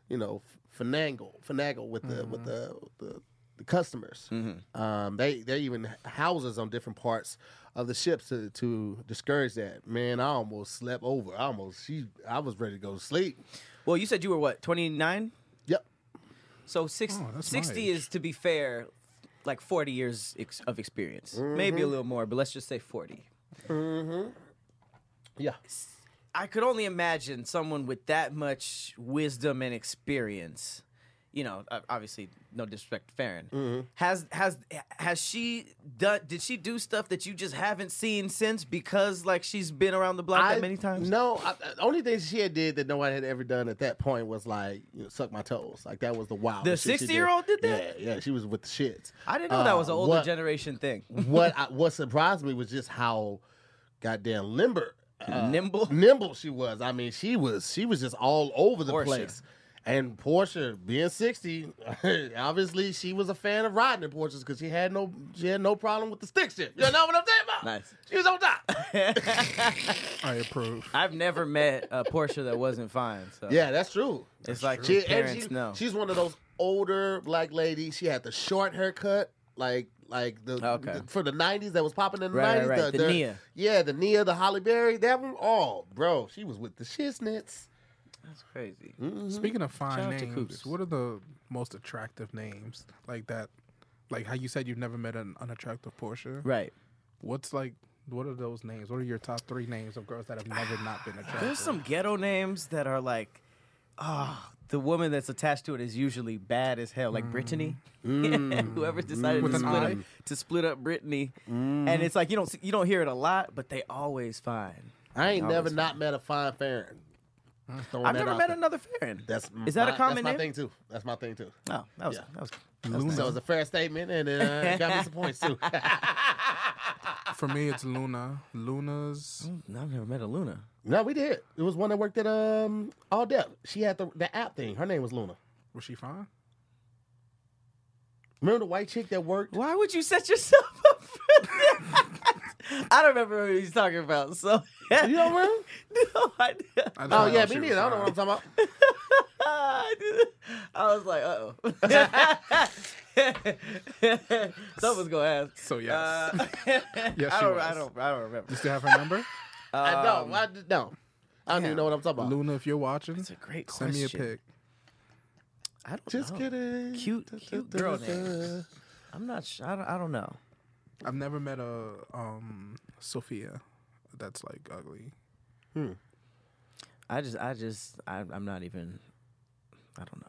you know, f- finagle finagle with the with Mm-hmm. the the, the customers. Um, they they even h- houses on different parts of the ships to to discourage that. Man, I almost slept over. I almost she I was ready to go to sleep. Well, you said you were what, twenty nine? Yep. So six, Oh, that's 60 nice. is, to be fair, like 40 years ex- of experience. Mm-hmm. Maybe a little more, but let's just say 40. Yeah. I could only imagine someone with that much wisdom and experience. You know, o- obviously, no disrespect to Farron. Mm-hmm. Has has has she done? Did she do stuff that you just haven't seen since because like she's been around the block that many times? No, I, I- the only thing she had did that nobody had ever done at that point was like you know, suck my toes. Like that was the wild. The 60-year-old did that? Yeah, yeah, she was with the shits. I didn't know that Uh, was an older what- generation thing. what I, what surprised me was just how goddamn limber, uh, Nimble. nimble she was. I mean, she was she was just all over the Portia. place. And Portia, being sixty, obviously she was a fan of riding in Porsches because she had no she had no problem with the stick shift. You know what I'm saying? about? Nice. She was on top. I approve. I've never met a Porsche that wasn't fine. So Yeah, that's true. It's like She- your and parents she- know. She's one of those older black ladies. She had the short haircut, like like the, Okay. the- for the nineties that was popping in the Right, right, nineties. right. The Nia. Yeah, the Nia, the Holly Berry, that one. Oh, bro, she was with the shiznits. That's crazy. Speaking of fine Mm-hmm. Shout out to names, Cougars. what are the most attractive names like that? Like how you said you've never met an unattractive Porsche. Right. What's like? What are those names? What are your top three names of girls that have never not been attractive? There's some ghetto names that are like, oh, the woman that's attached to it is usually bad as hell, like Brittany. Whoever decided With to an split, up, I? to split up Brittany, and it's like you don't see- you don't hear it a lot, but they always fine. I ain't Oh, never that's not met a fine Farron. I've never met another Farron. That's Is that a my- common that's my name? thing too. That's my thing too. No, Oh, that was Yeah. that was. Luna. So it's a fair statement, and uh, got me some points too. For me, it's Luna. Luna's. No, I've never met a Luna. no, we did. It was one that worked at um All Depth. She had the, the app thing. Her name was Luna. Was she fine? Remember the white chick that worked? Why would you set yourself up for that? I don't remember who he's talking about. So You don't remember? no, I I just Oh know yeah, she me was neither. I don't know what I'm fine. talking about. I was like, uh oh. Someone's gonna ask. So yes, Uh, yes, I, she don't, was. I don't. I don't remember. You still have her number? I don't. I d- no. I don't damn. even know what I'm talking about. Luna, if you're watching, That's a great send question. me a pic. I don't Just know. kidding. Cute- cute girl name. I'm not. Sh- I, don't, I don't know. I've never met a um Sophia that's like ugly. I just. I just. I, I'm not even. I don't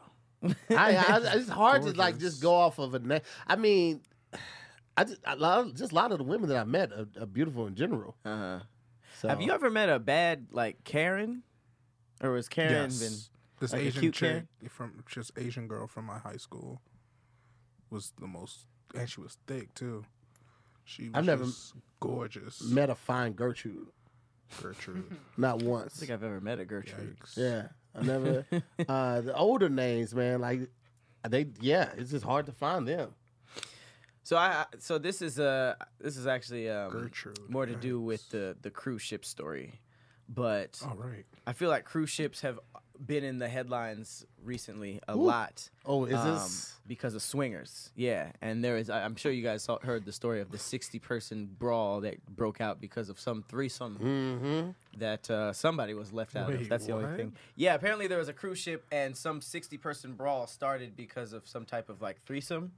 know. I, I, it's hard to like Gorgeous. just go off of a name. I mean, I just a lot of, just a lot of the women that I met are, are beautiful in general. Uh-huh. So. Have you ever met a bad like Karen? Or was Karen been this like a Asian cute chick from just Asian girl from my high school was the most, and she was thick too. She was I've never just gorgeous. Met a fine Gertrude. Gertrude. Not once. I think I've ever met a Gertrude. Yikes. Yeah, I never. uh, the older names, man, like they, yeah, it's just hard to find them. So I I- so this is uh this is actually um, Gertrude. more to do with Yikes. the the cruise ship story, but All right. I feel like cruise ships have been in the headlines recently a lot. Oh, is um, this? because of swingers? Yeah, and there is. I- I'm sure you guys saw, heard the story of the 60 person brawl that broke out because of some threesome Mm-hmm. that uh, somebody was left out of. Wait, That's the only what? thing. Yeah, apparently there was a cruise ship and some 60 person brawl started because of some type of like threesome.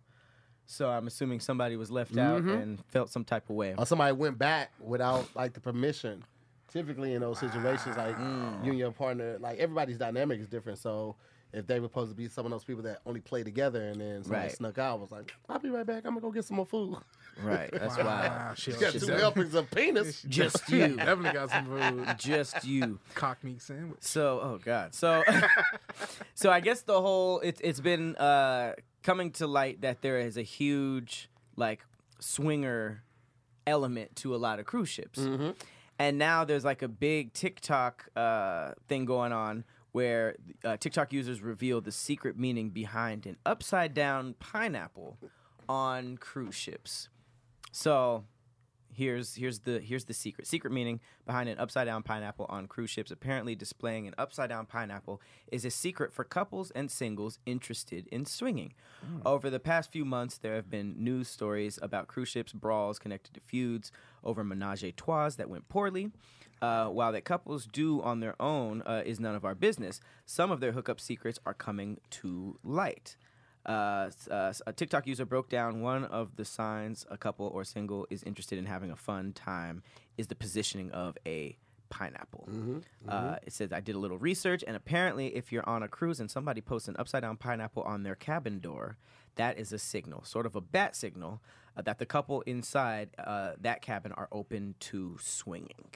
So I'm assuming somebody was left out Mm-hmm. and felt some type of way. Or somebody went back without like the permission. Typically in those situations, like Mm. you and your partner, like everybody's dynamic is different. So if they were supposed to be some of those people that only play together and then somebody Right. snuck out, I was like, I'll be right back. I'm gonna go get some more food. Right. That's Wow, why she Got She's two done. helpings of penis. Just She you. Definitely got some food. Just you. Cock meat sandwich. So, oh god. So, so I guess the whole it's it's been uh, coming to light that there is a huge like swinger element to a lot of cruise ships, and now there's like a big TikTok uh, thing going on where uh, TikTok users reveal the secret meaning behind an upside down pineapple on cruise ships. So here's here's the here's the secret secret meaning behind an upside down pineapple on cruise ships apparently displaying an upside down pineapple is a secret for couples and singles interested in swinging over the past few months there have been news stories about cruise ships brawls connected to feuds over menage a trois that went poorly uh, while that couples do on their own uh, is none of our business some of their hookup secrets are coming to light uh, s- uh, s- a TikTok user broke down one of the signs a couple or single is interested in having a fun time is the positioning of a pineapple. Uh, it says, I did a little research, and apparently, if you're on a cruise and somebody posts an upside down pineapple on their cabin door, that is a signal, sort of a bat signal, uh, that the couple inside uh, that cabin are open to swinging.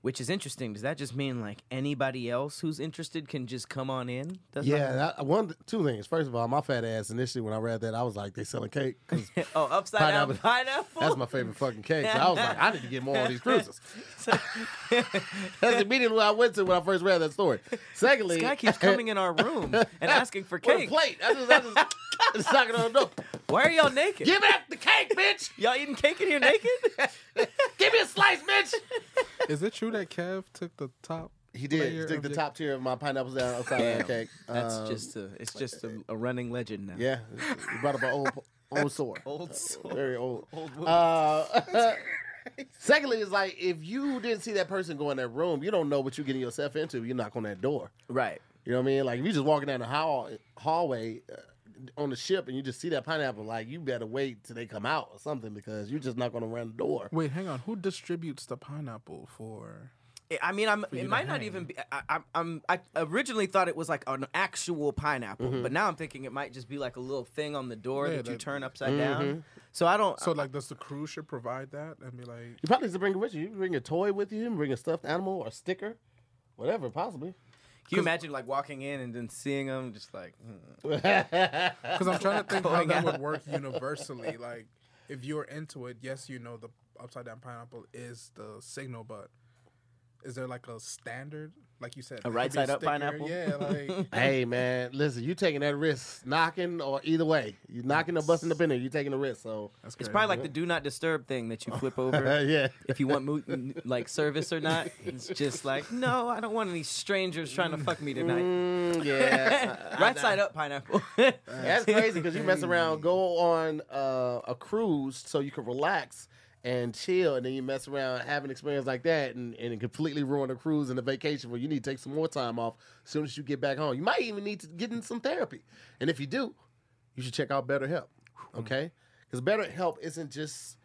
Which is interesting. Does that just mean like anybody else who's interested can just come on in? That's not- Yeah, that, one, two things. First of all, my fat ass initially when I read that, I was like, they selling cake 'cause Oh, upside down pineapple. That's my favorite fucking cake. So I was like, I need to get more on these cruises. That's immediately what I went to when I first read that story. Secondly, This guy keeps coming in our room and asking for with a cake. plate. I just, I just, just knocking on the door. Why are y'all naked? Give back the cake, bitch. Y'all eating cake in here naked? Give me a slice, bitch. Is it true that Kev took the top? He did. Player He took of the the- top tier of my pineapples down upside down Damn. cake. That's Um, just a, it's just a, a running legend now. yeah. He brought up an old old sword. Old soul. Very old. Uh, secondly, it's like if you didn't see that person go in that room, you don't know what you're getting yourself into. if You knock on that door. Right. You know what I mean? Like if you just walking down the hall hallway uh, on the ship and you just see that pineapple, like you better wait till they come out or something because you're just not gonna run the door. Wait, hang on. Who distributes the pineapple for? I- I mean, I'm. you It to might not hang. even be. I, I, I'm. I originally thought it was like an actual pineapple, Mm-hmm. but now I'm thinking it might just be like a little thing on the door Yeah, that you that- turn upside Mm-hmm. down. So I don't. Uh, So, like, does the cruise ship provide that and be like, You probably need to bring it with you. You can bring a toy with you, you can bring a stuffed animal or a sticker, whatever, possibly. can you imagine like walking in and then seeing them just like? mm. Because I'm trying to think how Going that out. would work universally. Like, if you're into it, yes, you know the upside down pineapple is the signal, but is there like a standard? Like you said, it could be right side up sticker, pineapple? Yeah, like hey man, listen, you taking that risk, knocking or either way, you knocking or busting up in there, you taking a risk. So that's It's crazy. probably like the do not disturb thing that you flip over. yeah. if you want mo- n- like service or not. It's just like, no, I don't want any strangers trying to fuck me tonight. Mm, yeah. I- I- right side up, pineapple. That's crazy because you mess around, go on uh, a cruise so you can relax and chill, and then you mess around, have an experience like that, and, and it completely ruin the cruise and the vacation where you need to take some more time off as soon as you get back home. You might even need to get in some therapy. And if you do, you should check out BetterHelp, okay? Because BetterHelp isn't just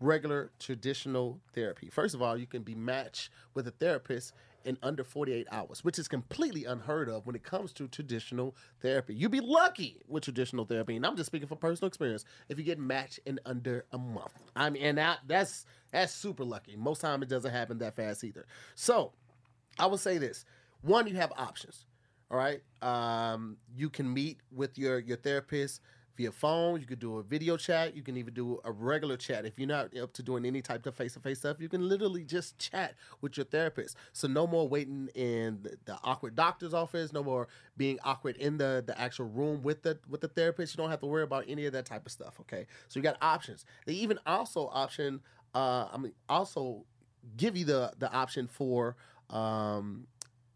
regular traditional therapy. First of all, you can be matched with a therapist in under 48 hours, which is completely unheard of when it comes to traditional therapy. You'd be lucky with traditional therapy, and I'm just speaking from personal experience, if you get matched in under a month. I mean, and that, that's that's super lucky. Most time it doesn't happen that fast either. So, I will say this. One, you have options. All right. Um, you can meet with your your therapist via phone. You could do a video chat. You can even do a regular chat. If you're not up to doing any type of face to face stuff, you can literally just chat with your therapist. So no more waiting in the, the awkward doctor's office. No more being awkward in the the actual room with the with the therapist. You don't have to worry about any of that type of stuff. Okay. So you got options. They even also option. Uh, I mean, also give you the the option for um,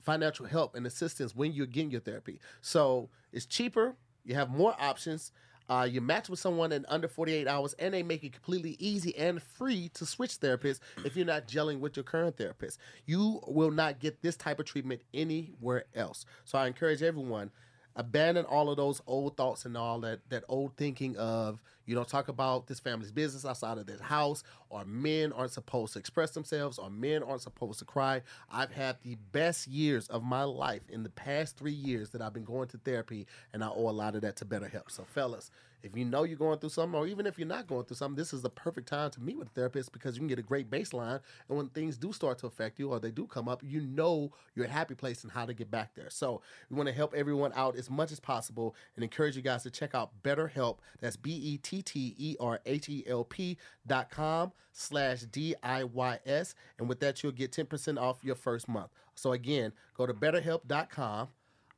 financial help and assistance when you're getting your therapy. So it's cheaper. You have more options. Uh, you match with someone in under 48 hours, and they make it completely easy and free to switch therapists if you're not gelling with your current therapist. You will not get this type of treatment anywhere else. So I encourage everyone abandon all of those old thoughts and all that that old thinking of you don't talk about this family's business outside of this house or men aren't supposed to express themselves or men aren't supposed to cry i've had the best years of my life in the past three years that i've been going to therapy and i owe a lot of that to better help so fellas if you know you're going through something or even if you're not going through something this is the perfect time to meet with a therapist because you can get a great baseline and when things do start to affect you or they do come up you know your happy place and how to get back there so we want to help everyone out as much as possible and encourage you guys to check out betterhelp that's E b-e-t-t-e-r-h-e-l-p E dot com slash d-i-y-s and with that you'll get 10% off your first month so again go to betterhelp.com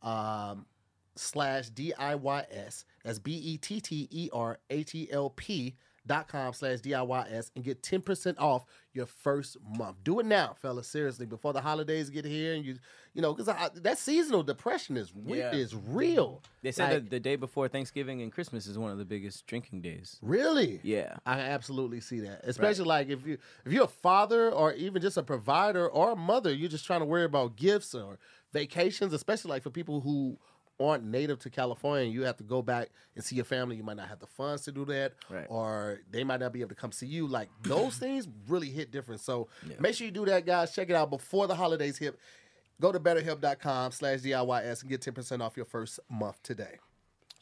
um, slash DIYS. That's B E T T E R H E L P dot com slash DIYS and get 10% off your first month. Do it now, fellas, seriously, before the holidays get here and you, you know, because that seasonal depression is, re- Yeah. is real. They said Like, that the day before Thanksgiving and Christmas is one of the biggest drinking days. Really? Yeah. I absolutely see that, especially like if you if you're a father or even just a provider or a mother, you're just trying to worry about gifts or vacations, especially like for people who aren't native to California. You have to go back and see your family. You might not have the funds to do that, Right. or they might not be able to come see you. Like those things really hit different. So make sure you do that, guys. Check it out before the holidays hit. Go to betterhelp.com slash DIYS and get 10% off your first month today.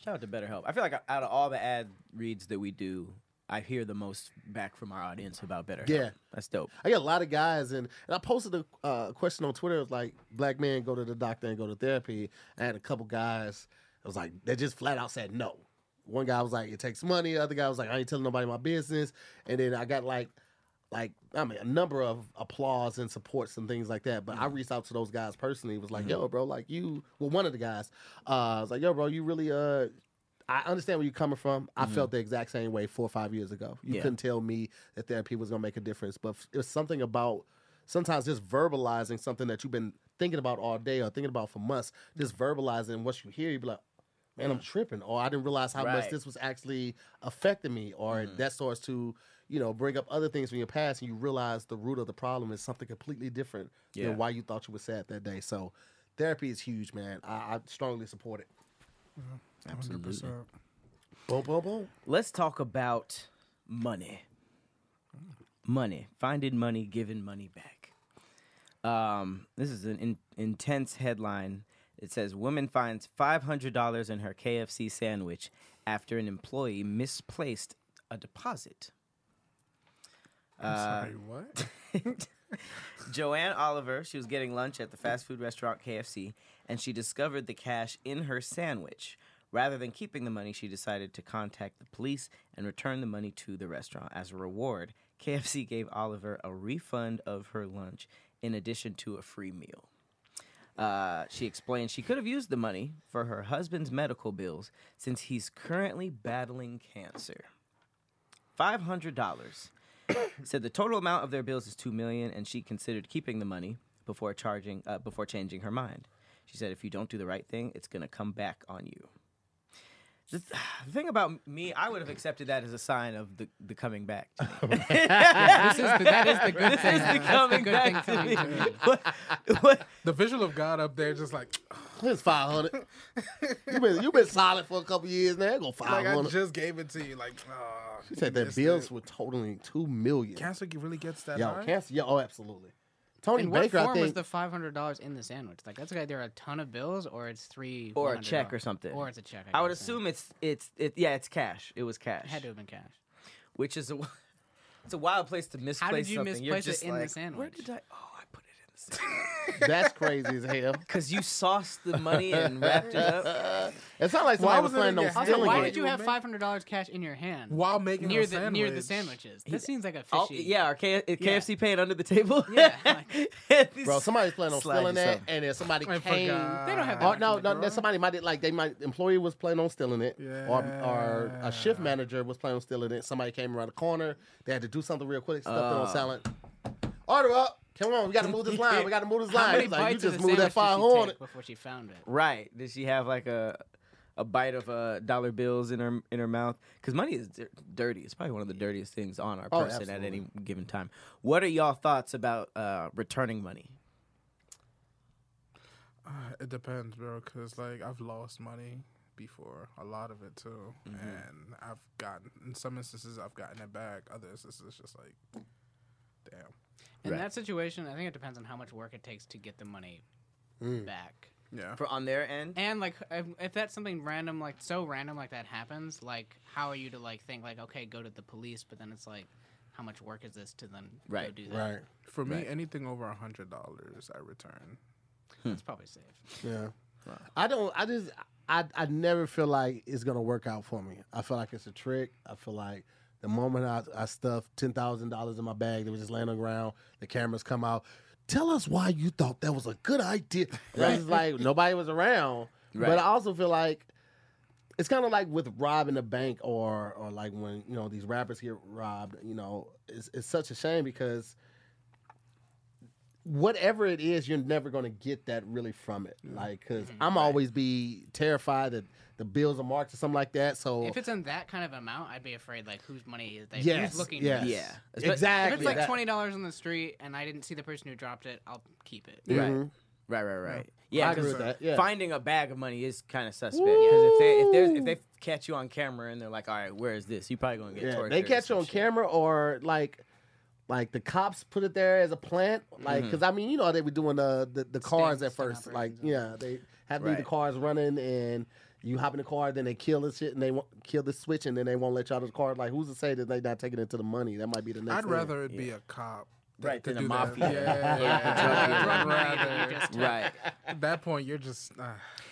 Shout out to BetterHelp. I feel like out of all the ad reads that we do, I hear the most back from our audience about BetterHelp. Yeah. That's dope. I get a lot of guys, and, and I posted a uh, question on Twitter. It was like, black men go to the doctor and go to therapy. I had a couple guys, it was like, they just flat out said no. One guy was like, it takes money. The other guy was like, I ain't telling nobody my business. And then I got like, like I mean, a number of applause and supports and things like that. But Mm-hmm. I reached out to those guys personally. Was like, yo, bro, like you. Well, one of the guys, uh, I was like, yo, bro, you really. uh I understand where you're coming from. I felt the exact same way four or five years ago. You Mm-hmm. Yeah. couldn't tell me that therapy was gonna make a difference, but f- it's something about sometimes just verbalizing something that you've been thinking about all day or thinking about for months. Just verbalizing what you hear, you be like, man, I'm tripping, or I didn't realize how much Right. this was actually affecting me, or Mm-hmm. that starts to, you know, bring up other things from your past, and you realize the root of the problem is something completely different Yeah. than why you thought you were sad that day. So, therapy is huge, man. I, I strongly support it. Absolutely. 100%. Boom, boom, boom. Let's talk about money. Money. Finding money, giving money back. Um, this is an in- intense headline. It says Woman finds $500 in her KFC sandwich after an employee misplaced a deposit. I'm sorry, what? Joanne Oliver, she was getting lunch at the fast food restaurant KFC, and she discovered the cash in her sandwich. Rather than keeping the money, she decided to contact the police and return the money to the restaurant. As a reward, KFC gave Oliver a refund of her lunch in addition to a free meal. Uh, she explained she could have used the money for her husband's medical bills since he's currently battling cancer. Five hundred dollars said the total amount of their bills is two million, and she considered keeping the money before charging uh, before changing her mind. She said, "If you don't do the right thing, it's gonna come back on you." The, th- the thing about me, I would have accepted that as a sign of the, the coming back. to me. This is the, that is the good this thing. is though. the That's coming good thing back to coming me. to me. What, what, The visual of God up there, just like, It's five hundred. you been you been solid for a couple years now. Go five like I hundred. just gave it to you. Like, ah, She said you that missed bills it. were totaling two million. Cancer really gets that Yo, high? cancer. Yo, oh, absolutely. Tony In what Baker, form I think. was the five hundred dollars in the sandwich? Like that's either a ton of bills or it's three Or a $100. check or something. Or it's a check. I would guess, yeah. assume it's it's it, yeah, it's cash. It was cash, it had to have been cash. which is a it's a wild place to misplace How did you something. You're misplace it just in the like, Where sandwich?" did I? Oh, I put it in That's crazy as hell. Cause you sauced the money and wrapped it up. It sounds like Why somebody was was it in planning your on house? Also, stealing why it. did you have Man. five hundred dollars cash in your hand While making near a the near the sandwich. sandwiches? This seems like a fishy. Oh, yeah, our K- KFC paid under the table. Yeah, like- Bro, somebody's planning on Slide stealing that, yourself. and then somebody I came. forgot. They don't have that Or much Oh, no, money, no, girl. that somebody might like they might employee was planning on stealing it, or or a shift Yeah. manager was planning on stealing it. Somebody came around the corner, they had to do something real quick, stuffed it Oh. on silent. Order up, come on, we got to move this line, we got to move this How line. many It's like you bites of just the move sandwich did that five she hundred. take before she found it? Right? Did she have like a a bite of uh, dollar bills in her in her mouth? Because money is dir- dirty. It's probably one of the dirtiest things on our Oh, person at any given time. What are y'all thoughts about uh, returning money? Uh, It depends, bro. Cause like I've lost money before, a lot of it too, Mm-hmm. and I've gotten in some instances I've gotten it back. Other instances, it's just like, damn. In Right. that situation, I think it depends on how much work it takes to get the money Mm. back. Yeah. For on their end, And like, if, if that's something random, like so random, like that happens, like how are you to like think like, okay, go to the police, but then it's like, how much work is this to then go Right. do that? Right. For me, anything over a hundred dollars, I return. That's probably safe. Yeah. I don't. I just. I. I never feel like it's gonna work out for me. I feel like it's a trick. I feel like the moment I, I stuff ten thousand dollars in my bag that was just laying on the ground, the cameras come out. Tell us why you thought that was a good idea. Right. It's like nobody was around. Right. But I also feel like it's kind of like with robbing a bank or or like when you know these rappers get robbed. You know, it's it's such a shame because whatever it is, you're never going to get that really from it. Like, because Mm-hmm. I'm always be terrified that the bills are marked or something like that. So If it's in that kind of amount, I'd be afraid like whose money is they yes, who's looking for yes. this? Yeah. If exactly. If it's like that- twenty dollars on the street and I didn't see the person who dropped it, I'll keep it. Mhm. right, right, right. I Yeah, agree because with that. Yeah. finding a bag of money is kind of suspect. Because if they if, there's, if they catch you on camera and they're like, "All right, where is this?" You probably gonna get Yeah, tortured. they or catch you some on shit. camera or like. Like the cops put it there as a plant, like Mm-hmm. because I mean you know they were doing the the, the cars Sting- at sting first, like operations. yeah they have to leave the Right. cars running and you hop in the car, then they kill this shit and they won't kill the switch and then they won't let you out of the car. Like who's to say that they not taking it to the money? That might be the next. I'd thing. rather it be a cop. that Right, could than a do that. mafia. Yeah, Yeah. I'd Drug money rather- you just took. Right. At that point, you're just. Uh,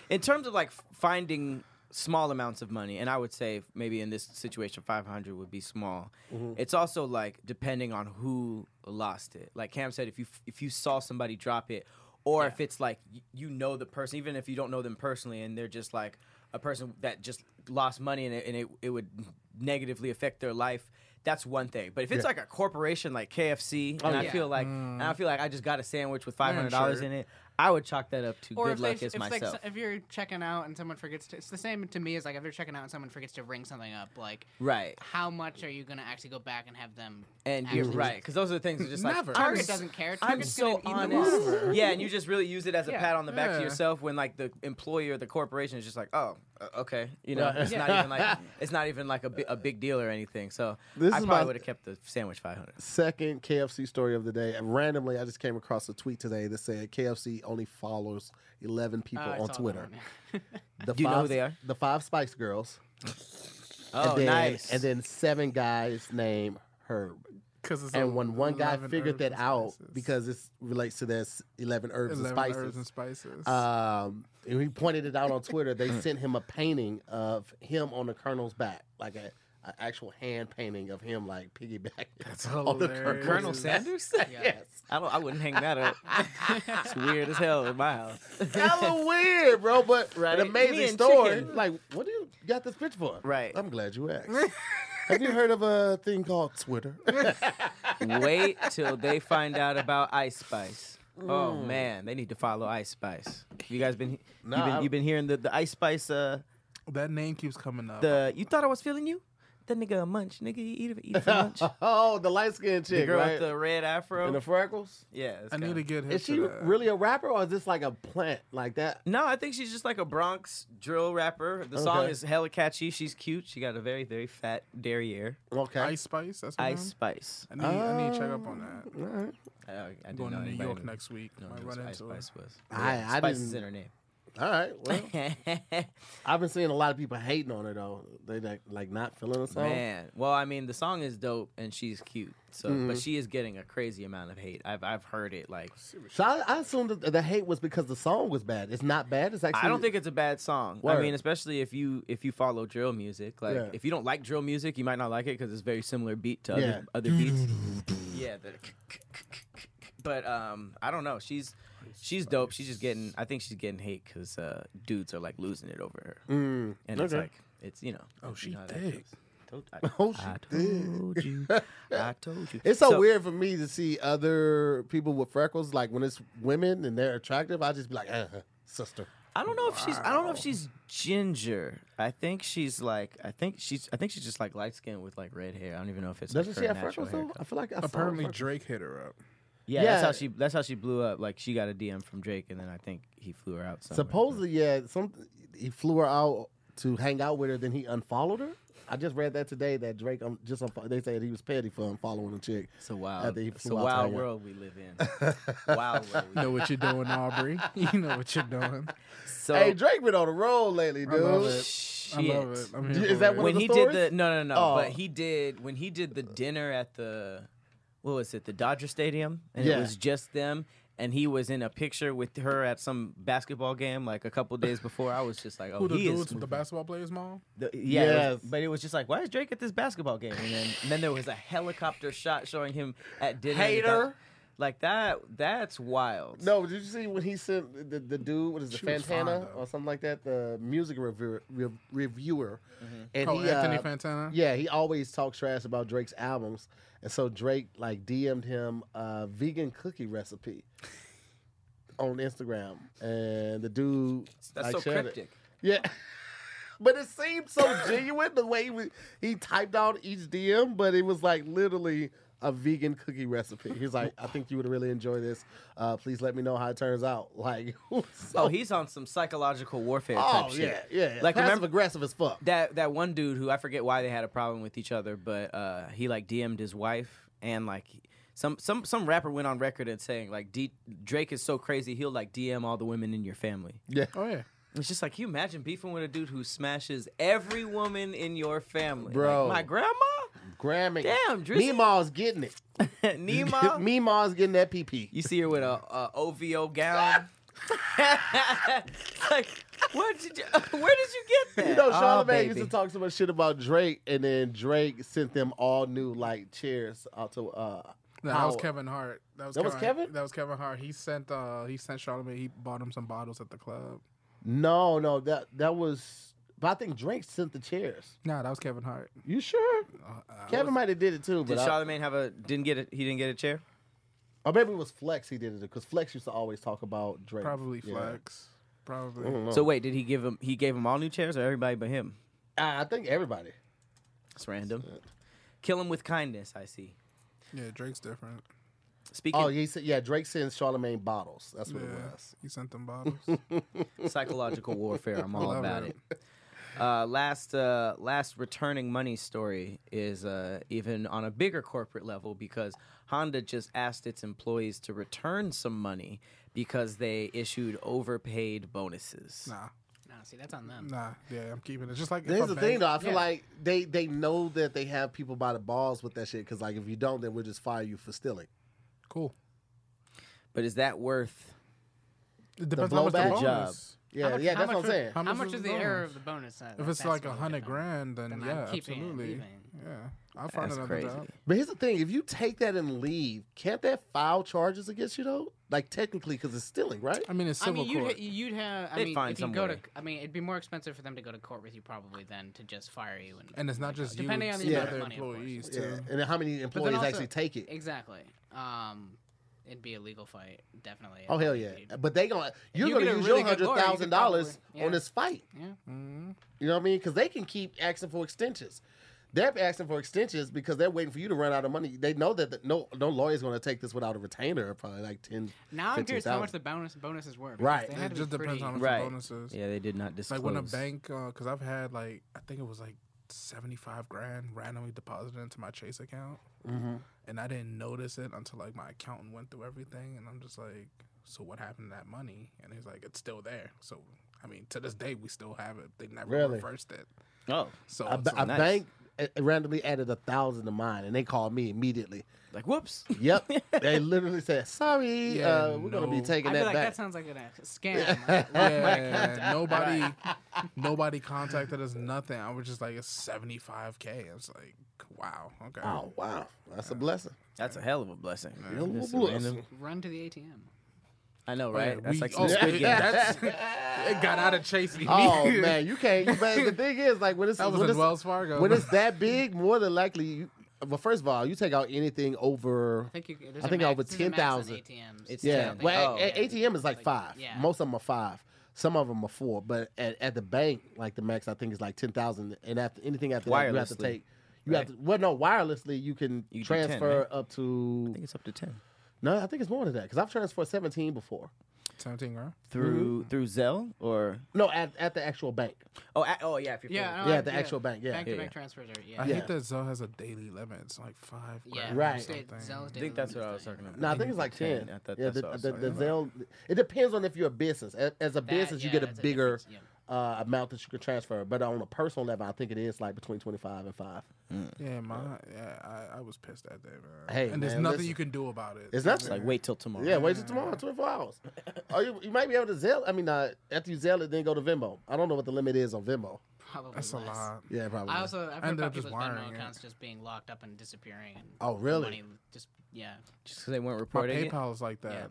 in terms of like f- finding small amounts of money and i would say maybe in this situation 500 would be small Mm-hmm. it's also like depending on who lost it like cam said if you if you saw somebody drop it or if it's like y- you know the person even if you don't know them personally and they're just like a person that just lost money and it, and it, it would negatively affect their life that's one thing but if it's like a corporation like kfc and i Oh, yeah. Mm. feel like and i feel like i just got a sandwich with $500 in it i would chalk that up to Or good if, luck they, as if, like, myself so- if you're checking out and someone forgets to, it's the same to me as like if you're checking out and someone forgets to ring something up, like Right. how much are you gonna actually go back and have them? And you're actually- right, because those are the things that just like Never. I'm Target s- doesn't care. I'm Target's so gonna eat them honest. Yeah, and you just really use it as a Yeah. pat on the back to Yeah. yourself when like the employer, or the corporation is just like, oh, uh, okay, you know, it's not Yeah. even like it's not even like a, bi- a big deal or anything. So This I is probably my- would have kept the sandwich 500. second KFC story of the day. Randomly, I just came across a tweet today that said KFC only follows 11 people Oh, I on saw that Twitter. one. The Do you know five, who they are? The five Spice Girls. Oh, and then, nice. And then seven guys named Herb. cause it's And when one guy 11 figured herbs that and out, spices. because this relates to this 11 herbs eleven and spices, herbs and spices. um, and he pointed it out on Twitter. They sent him a painting of him on the colonel's back, like a, a actual hand painting of him, like piggyback on the colonel's hilarious. Colonel back. Sanders? Yes. I don't. I wouldn't hang that up. it's weird as hell in my house. hella weird, bro. But Right. an Me amazing and story. chicken. Like, what do you got this picture for? Right. I'm glad you asked. Have you heard of a thing called Twitter? Wait till they find out about Ice Spice. Oh Mm. man, they need to follow Ice Spice. You guys been Nah, you been, I- you been hearing the, the Ice Spice uh that name keeps coming up. the you thought I was feeling you? That nigga a munch, nigga he eat, eat for lunch. the oh, the light skinned chick, girl right? with the red afro. and the freckles. yeah, it's I need kinda- to get hit. Is to she that. really a rapper or is this like a plant like that? No, I think she's just like a Bronx drill rapper. The song Okay. is hella catchy. She's cute. She got a very very fat derriere. Okay. Ice Spice? That's her Mm-hmm. Ice name? Spice. I need, I need to check up on that. All right. I, I didn't going know to New anybody York who- next week. No, Might knows run who Ice into her. Spice was. I- I Spice is didn't- in her name. All right. Well, I've been seeing a lot of people hating on her though. They like, like not feeling the song. Man, well, I mean, the song is dope and she's cute. So, Mm-hmm. but she is getting a crazy amount of hate. I've I've heard it. Like, So I, I assume that the hate was because the song was bad. It's not bad. It's actually. I don't think it's a bad song. I Word. mean, especially if you if you follow drill music. Like, Yeah. if you don't like drill music, you might not like it because it's very similar beat to Yeah. other, other beats. yeah. The, but um, I don't know. She's she's dope. She's just getting. I think she's getting hate because uh, dudes are like losing it over her, Mm. and it's okay. like it's you know. Oh, you she know how that thick. goes. Told- I, Oh, she I did. told you. I told you. It's so, weird for me to see other people with freckles. Like when it's women and they're attractive, I just be like, uh, sister. I don't know if she's. I don't know if she's ginger. I think she's like. I think she's. I think she's just like light skinned with like red hair. I don't even know if it's. Doesn't like her she have natural freckles hair though? color. I feel like I saw Apparently, freckles. Drake hit her up. Yeah, that's Yeah. how she. That's how she blew up. Like she got a DM from Drake, and then I think he flew her out. Somewhere. supposedly, yeah, some he flew her out to hang out with her, then he unfollowed her. I just read that today that Drake um, just unfo- they said he was petty for unfollowing a chick. It's a wild. After he It's a flew out to wild hang out. world we live in. wild world. We Know what you're doing, Aubrey. You know what you're doing. So hey, Drake been on the road lately, dude. love it. shit. I love it. I'm here Is for that one it. of when the he stories? did the no no no Oh. but he did when he did the dinner at the what was it the Dodger Stadium and Yeah. it was just them and he was in a picture with her at some basketball game like a couple days before I was just like oh Who the he dudes is with the basketball players, mom? the- yeah it was- Yes. but it was just like why is Drake at this basketball game and then and then there was a helicopter shot showing him at dinner at the Hater. Dod- like that that's wild No, did you see when he sent the, the dude? What is it, She was fine, Fantana though. or something like that? The music reviewer, re- reviewer, and Oh, he, Anthony uh, Fantana. Yeah, he always talks trash about Drake's albums, and so Drake like DM'd him a vegan cookie recipe on Instagram, and the dude that's like, so shared cryptic It. Yeah. But it seemed so genuine the way he, was- he typed out each DM, but it was like literally a vegan cookie recipe. He's like, I think you would really enjoy this. Uh, please let me know how it turns out. Like, so oh he's on some psychological warfare oh type shit. yeah, yeah, like Like, remember- passive aggressive as fuck. that that one dude who I forget why they had a problem with each other, but uh, he like DM'd his wife and like some some some rapper went on record and saying like D- Drake is so crazy he'll like DM all the women in your family. yeah, Oh yeah. It's just like can you imagine beefing with a dude who smashes every woman in your family, Like, Bro. my grandma, Grammy. Damn, Drizzy. Meemaw's getting it. Nima. Meemaw's getting that PP. You see her with a, a OVO gown. It's like, what did you, where did you get that? You know, Oh, Ah, Charlamagne used to baby. talk so much shit about Drake, and then Drake sent them all new like chairs out to. uh No, that was Kevin Hart. That was That was Kevin? That was Kevin Hart. He sent uh he sent Charlamagne. He bought him some bottles at the club. No, no, that that was. But I think Drake sent the chairs. No, that was Kevin Hart. You sure? Uh, Kevin might have did it too, Did but I, Charlemagne have a didn't get it? He didn't get a chair. or maybe it was Flex. He did it because Flex used to always talk about Drake. Probably Yeah. Mm. Flex. Probably. So wait, did he give him? He gave him all new chairs, or everybody but him? Ah, I, I think everybody. It's random. Kill him with kindness. I see. Yeah, Drake's different. Speaking Oh, he said, yeah. Drake sends Charlamagne bottles. That's what Yeah, it was. he sent them bottles. of psychological warfare, I'm all Love about it. it. Uh, last, uh, last returning money story is uh, even on a bigger corporate level because Honda just asked its employees to return some money because they issued overpaid bonuses. nah, No, see, that's on them. nah. Yeah, I'm keeping it. Just like if Here's a the bank- thing, though. I feel yeah. like they they know that they have people by the balls with that shit. Because like, if you don't, then we'll just fire you for stealing. Cool. But is that worth? It depends The how much the blowback bonus. job. Yeah, much- yeah. how That's what I'm much are- saying. How How much much is is the the error bonus? of the bonus? That, If it's that's like what a we hundred get on. grand, then, Then I'm yeah, keeping it, absolutely. leaving. Yeah, I'll find That's another crazy. job. But here's the thing: if you take that and leave, can't that file charges against you though? Like technically, because it's stealing, right? I mean, it's I civil mean, you'd, court. ha- you'd have. I They'd mean, find if you some go to, way. I mean, it'd be more expensive for them to go to court with you probably than to just fire you. And, and it's not just you. depending it's on the Yeah. amount other of money, of course. employees Yeah. too. And then how many employees also- actually take it? Exactly. Um, it'd be a legal fight, definitely. Oh hell yeah! You'd- But they gonna you're You gonna get a use really your good hundred lawyer, you thousand could dollars probably- yeah. on this fight. Yeah. You know what I mean? Because they can keep asking for extensions. They're asking for extensions because they're waiting for you to run out of money. They know that the, no no lawyer's gonna take this without a retainer, of probably like ten. Now I'm curious how 15,000. much the bonus bonuses were. because Right. They It had It to just be depends pretty- on how much the Right. bonuses. Yeah, they did not disclose. Like when a bank, because I've had like I think it was like seventy-five grand randomly deposited into my Chase Mm-hmm. account, and I didn't notice it until like my accountant went through everything, and I'm just like, So what happened to that money? And he's like, it's still there. So I mean, to this day, we still have it. They never Really? reversed it. Oh, So A, it's b- a like- nice. bank uh, randomly added a thousand to mine, and they called me immediately. like whoops. Yep, they literally said, "Sorry, Yeah, uh, we're gonna be no. taking I that feel like back." that sounds like a scam. Like, yeah, nobody, nobody contacted us. Nothing. I was just like, it's seventy five k. I was like, wow, okay. oh wow, that's a blessing. That's a hell of a blessing. Hell of a Just blessing. random- run to the ATM. I know, Oh, yeah, right? That's we- like oh, some squid it, game. that's- it got out of Chase. Oh immediately. man, you can't. you- Man, the thing is, like when it's that was when in it's, Wells Fargo. when it's that big, more than likely, you, well, first of all, you take out anything over. I think you. there's I a think max- over there's a max on 10,000. ATMs. It's Yeah, ten. well, Oh. a- a- ATM is like Like, five. yeah. Most of them are five. Some of them are four, but at, at the bank, like the max, I think is like ten thousand, and after anything after that, you have to Wirelessly, take. You have right? to well, no, wirelessly you can You can do 10, transfer right? up to. I think it's up to ten No, I think it's more than that because I've transferred seventeen before. seventeen grand. through through Zelle or No, at, at the actual bank. Mm-hmm. oh at, oh yeah if you're Yeah, paying- I know, yeah, I- the actual bank. Yeah, Bank Yeah, to yeah. bank transfers are yeah. I Yeah. hate that Zelle has a daily limit. It's like five. grand yeah. or Right. State- something. Zell's I daily think that's what limit I is was like- talking about. No, I think it's like it's ten. I thought yeah, that's the, what I was the, talking the about. Zelle. It depends on if you're a business. As, as a That- business, you yeah, get a that's bigger difference, uh, amount that you can transfer. But on a personal level, I think it is like between twenty five and five. Yeah, my yeah, I, I was pissed at that man. Hey, and there's man, nothing listen. you can do about it. It's nothing. It's like wait till tomorrow. Yeah, wait till tomorrow, 24 hours. oh, you, you might be able to Zell. I mean, uh, after you Zell it, then go to Venmo. I don't know what the limit is on Venmo. Probably That's a less. lot. Yeah, probably. I also I've heard ended about up just people's Venmo wiring it. accounts just being locked up and disappearing. And Oh, really? Money just yeah. just because they weren't My reporting it. PayPal is like that. Yeah.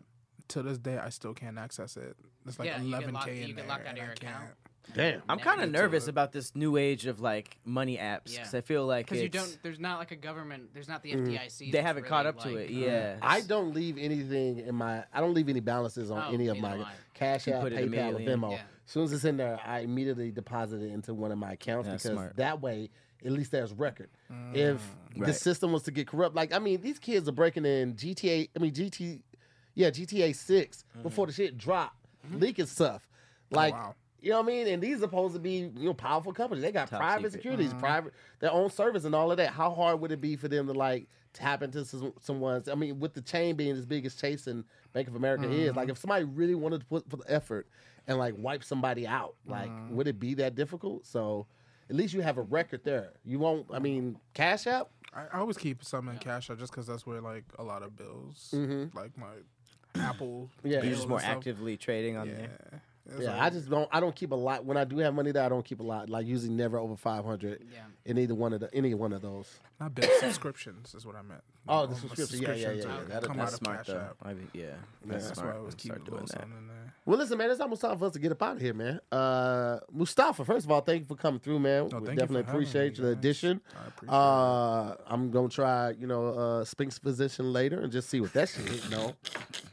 To this day, I still can't access it. It's like Yeah, you get eleven locked- k you in get there. locked out of and your I account. can't. Damn. I'm Yeah, kind me of too. nervous about this new age of like money apps Yeah. because I feel like Because you it's- don't. There's not like a government. There's not the Mm-hmm. FDIC. They that's haven't really, caught up to like, it. Yeah, I don't leave anything in my. I don't leave any balances on Oh, any of my neither do I. Cash You App, put it PayPal, or immediately in. Venmo. Yeah. As soon as it's in there, I immediately deposit it into one of my accounts That's because smart. that way, at least there's record. If Right. this system was to get corrupt, like I mean, these kids are breaking in GTA. I mean GT, yeah GTA 6 Mm-hmm. before the shit dropped, leaking stuff. Like wow. You know what I mean? And these are supposed to be you know powerful companies. They got Top private secret. securities, private their own service and all of that. How hard would it be for them to like tap into some, someone's? I mean, with the chain being as big as Chase and Bank of America is, like if somebody really wanted to put, put the effort and like wipe somebody out, like would it be that difficult? So at least you have a record there. You won't. I mean, Cash App. I, I always keep some in cash out just because that's where like a lot of bills, like my Apple. Yeah. You're You're Mm-hmm. bills just and more stuff. actively trading on Yeah. there. It's Yeah, like- I just don't. I don't keep a lot. When I do have money there, I don't keep a lot. Like usually never over five hundred Yeah. in either one of the any one of those. not bill subscriptions is what I meant. Oh, All the my subscription. Yeah, yeah, subscriptions yeah, that yeah. That'd- come That's out of smart Cash though. App. I mean, yeah, That's, that's why smart. I always keep a Start little doing that. something in there. Well, listen, man, it's almost time for us to get up out of here, man. Uh, Mustafa, first of all, thank you for coming through, man. we No, Oh, thank you definitely for having appreciate me, the guys. addition. I appreciate Uh, I'm gonna try, you know, uh, Spink's position later and just see what that shit hitting on.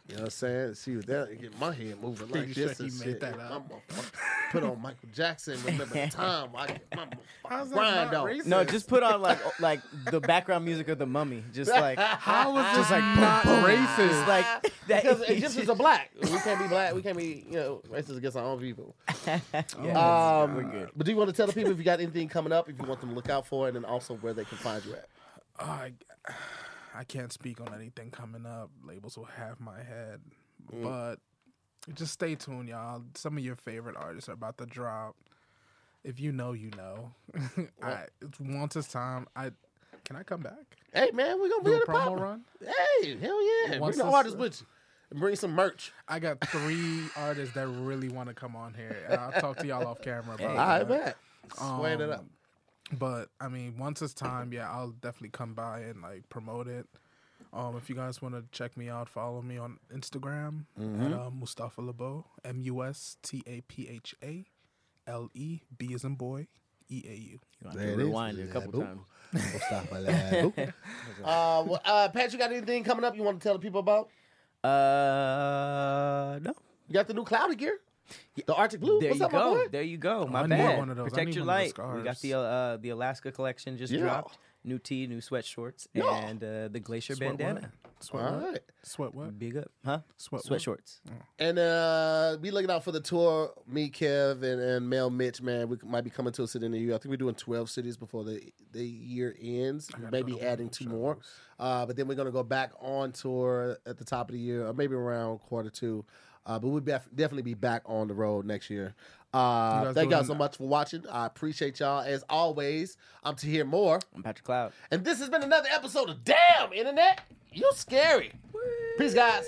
You know what I'm saying? See what that get my head moving like Pretty this sure and he shit. made that My up. motherfucker- Put on Michael Jackson. Remember the time I get my How's motherfucking that grind not on. racist? No, just put on like o- like the background music of the Mummy. Just like How was just this like not boom, boom. racist? Just like that. Because Egyptians are black. We can't be black. We can't be, you know, racist against our own people. Yeah, Um, we're good. But do you want to tell the people if you got anything coming up, if you want them to look out for it, and also where they can find you at? Ah, I, I can't speak on anything coming up. Labels will have my head, Mm. but just stay tuned, y'all. Some of your favorite artists are about to drop. If you know, you know. I, it's once it's time. I can I come back? Hey man, we gonna be Do in a the promo pop. run. Hey, hell yeah! Once bring the this- artists with you, and bring some merch. I got three artists that really want to come on here, and I'll talk to y'all off camera. About I that. bet. Sweat it up. Um, But I mean, once it's time, yeah, I'll definitely come by and like promote it. Um, if you guys want to check me out, follow me on Instagram at uh, Mustafa Lebeau, M U S T A P H A L E B as in boy, E A U. There it is. rewind it a Yeah, couple boop. times. uh, well, uh, Pat, you got anything coming up you want to tell the people about? Uh, no. You got the new cloudy gear, the Arctic Blue. There What's you up, my go. boy? There you go. My I need bad. one of those. I Protect need your one of light. those We got scarves. the uh, the Alaska collection just Yeah. dropped. New tee, new sweatshorts, Yeah. and uh, the glacier Sweat bandana. what? Sweat All what? right. Sweat what? Mm. Big up, huh? Sweat Sweat what? shorts. And uh, be looking out for the tour. Me, Kev, and, and Mel Mitch, man. We might be coming to a city near you. I think we're doing 12 cities before the, the year ends. gotta go Maybe to one of adding those two more. shows. Uh, but then we're going to go back on tour at the top of the year, or maybe around quarter two. Uh, but we'll def- definitely be back on the road next year. Uh, You guys thank y'all doing- so much for watching. I appreciate y'all. As always, I'm to hear more. I'm Patrick Cloud. And this has been another episode of Damn Internet. You scary. Peace, guys.